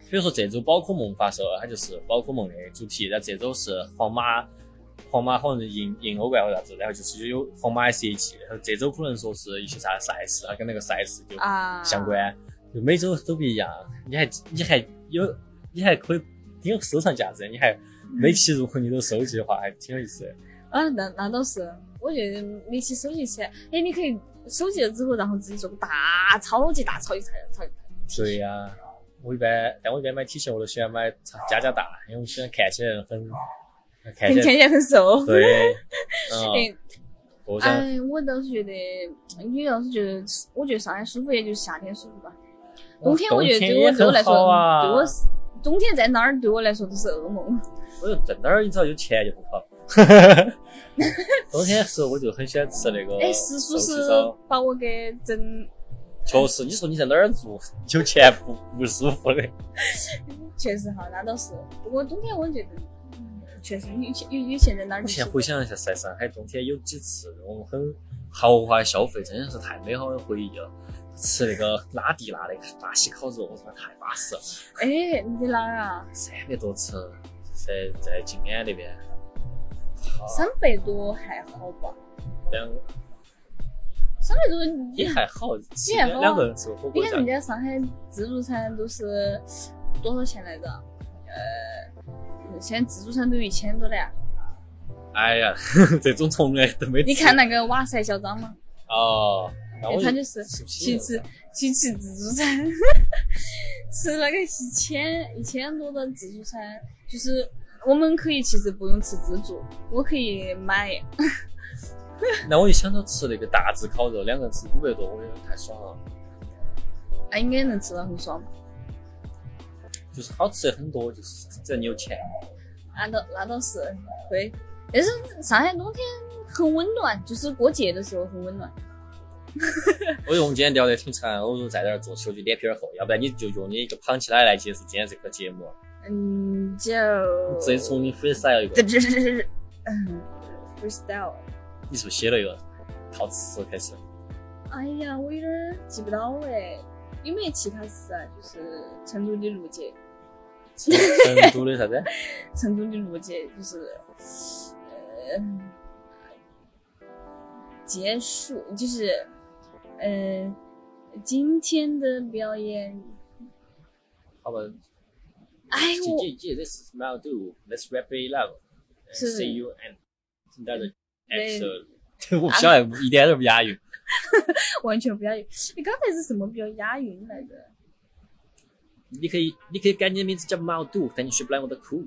Speaker 2: 比如说这周宝可梦发售了，它就是宝可梦的主题，然后这周是皇马，皇马好像是赢赢欧冠或啥子，然后就是有皇马的设计，然后这周可能说是一些啥赛事，它跟那个赛事就
Speaker 1: 啊，
Speaker 2: 相关，就每周都不一样。你还你还有你还可以挺有收藏价值的，你还每期如果你都收集的话，还挺有意思的。
Speaker 1: 啊，那那倒是，我觉得每期收集起来，哎，你可以收集了之后，然后自己做个大超级大超级大超级大。
Speaker 2: 对呀、我一般但我一般买 T 恤，我都喜欢买加加大，因为我喜欢看起来很看
Speaker 1: 很
Speaker 2: 起来
Speaker 1: 看起来很瘦。
Speaker 2: 对，嗯，
Speaker 1: 哎，
Speaker 2: 我想
Speaker 1: 哎，我倒是觉得，你要是觉得，我觉得上海舒服，也就是夏天舒服吧。冬天我觉得对
Speaker 2: 哦也
Speaker 1: 我对我
Speaker 2: 很
Speaker 1: 来说，
Speaker 2: 好啊。哦
Speaker 1: 对我是冬天在哪儿对我来说都是噩梦。
Speaker 2: 我就挣点儿，你知道有钱就不好。 冬天的时候我就很喜欢吃那个
Speaker 1: 哎，实属
Speaker 2: 寿
Speaker 1: 是
Speaker 2: 喜烧
Speaker 1: 把我给整，
Speaker 2: 确实，你说你在哪儿住，有钱不不舒服的。
Speaker 1: 确实哈，那倒是。不过冬天我觉得，嗯确实有钱有有钱在哪儿
Speaker 2: 我
Speaker 1: 都
Speaker 2: 现
Speaker 1: 舒
Speaker 2: 在
Speaker 1: 服
Speaker 2: 回。想一下，在上海冬天有几次那种很豪华的消费，真的是太美好的回忆了。吃那个拉蒂娜的巴西烤肉，我他妈太巴适了，
Speaker 1: 哎，你在哪儿啊？
Speaker 2: 三百多吃，在在静安那边，
Speaker 1: 三百多还好吧？
Speaker 2: 两
Speaker 1: 三百多
Speaker 2: 也
Speaker 1: 你
Speaker 2: 还好，吃
Speaker 1: 也还好啊
Speaker 2: 两个人吃火
Speaker 1: 你
Speaker 2: 锅
Speaker 1: 看
Speaker 2: 价
Speaker 1: 人，家上海自助餐都是多少钱来着？呃，现在自助餐都有一千多了呀。
Speaker 2: 哎呀， 呵呵这种从来都没吃。
Speaker 1: 你看那个哇塞校长嘛，
Speaker 2: 哦，那我
Speaker 1: 他啊就是
Speaker 2: 吃不起
Speaker 1: 去吃去吃自助餐，吃那个一千一千多的自助餐，就是我们可以其实不用吃自助，我可以买。
Speaker 2: 那我一想到吃那个大致烤肉，两个人吃五百多，我觉得太爽了。
Speaker 1: 啊，应该能吃到很爽吧？
Speaker 2: 就是好吃的很多，就是只要你有钱。
Speaker 1: 那倒那倒是会，但是上海冬天很温暖，就是过节的时候很温暖。
Speaker 2: 我觉得我们今天聊得挺长，我说在这儿做起我就脸皮儿厚，要不然你就用你一个胖起来来解释今天这个节目，
Speaker 1: 嗯，就
Speaker 2: 直接从你 freestyle 一
Speaker 1: 这
Speaker 2: 个，
Speaker 1: 这这这，嗯，freestyle。
Speaker 2: 你是不是写了一个套词开始？
Speaker 1: 哎呀，我有点儿记不到哎，有没有其他词啊？就是成都的路节，
Speaker 2: 成都的啥子？
Speaker 1: 成都的路节就是，呃，结束就是，呃，今天的表演，
Speaker 2: 好吧，
Speaker 1: 哎
Speaker 2: 姐
Speaker 1: 我
Speaker 2: 姐姐，this is my do，let's wrap it up，see
Speaker 1: 是
Speaker 2: you and 听到的
Speaker 1: 对
Speaker 2: episode。我不 晓得，
Speaker 1: 啊
Speaker 2: 一点都不押韵。
Speaker 1: 完全不押韵。你刚才是什么比较押韵来着？
Speaker 2: 你可以，你可以改你的名字叫毛肚，但你学不来我的酷。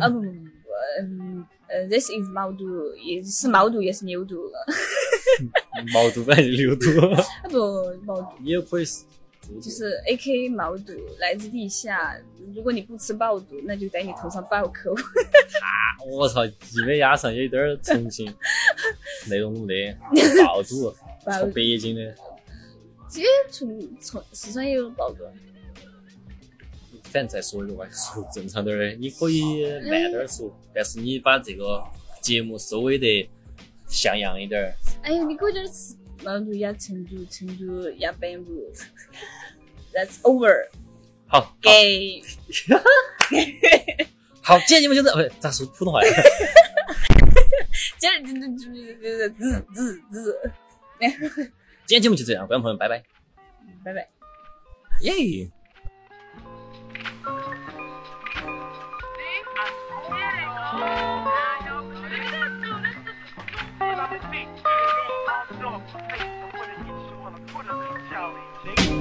Speaker 1: 啊不不不不，嗯呃，this is 毛肚，也是毛肚也是牛肚了。
Speaker 2: 毛肚本来就牛肚，
Speaker 1: 啊不毛肚，
Speaker 2: 你也可以
Speaker 1: 就是 A K 毛肚来自地下，如果你不吃爆肚，那就在你头上爆口。
Speaker 2: 啊我操，一杯压上有点儿重庆那种没得，爆肚，
Speaker 1: 爆
Speaker 2: 从北京的，
Speaker 1: 其实从从四川也有爆肚，
Speaker 2: 反正再说一个吧，说正常点儿的，你可以慢点儿说，但是你把这个节目收尾得像样一点儿。
Speaker 1: 哎呀，你快点吃毛肚压成都，成都压百慕。That's over，
Speaker 2: 好，好
Speaker 1: 给
Speaker 2: 好，今天节目就这，不是咋说普通话呀？
Speaker 1: 接着就就就就滋滋滋，
Speaker 2: 今天节目就这样，观众朋友们，拜拜，
Speaker 1: 拜拜。
Speaker 2: 耶、
Speaker 4: Thank you.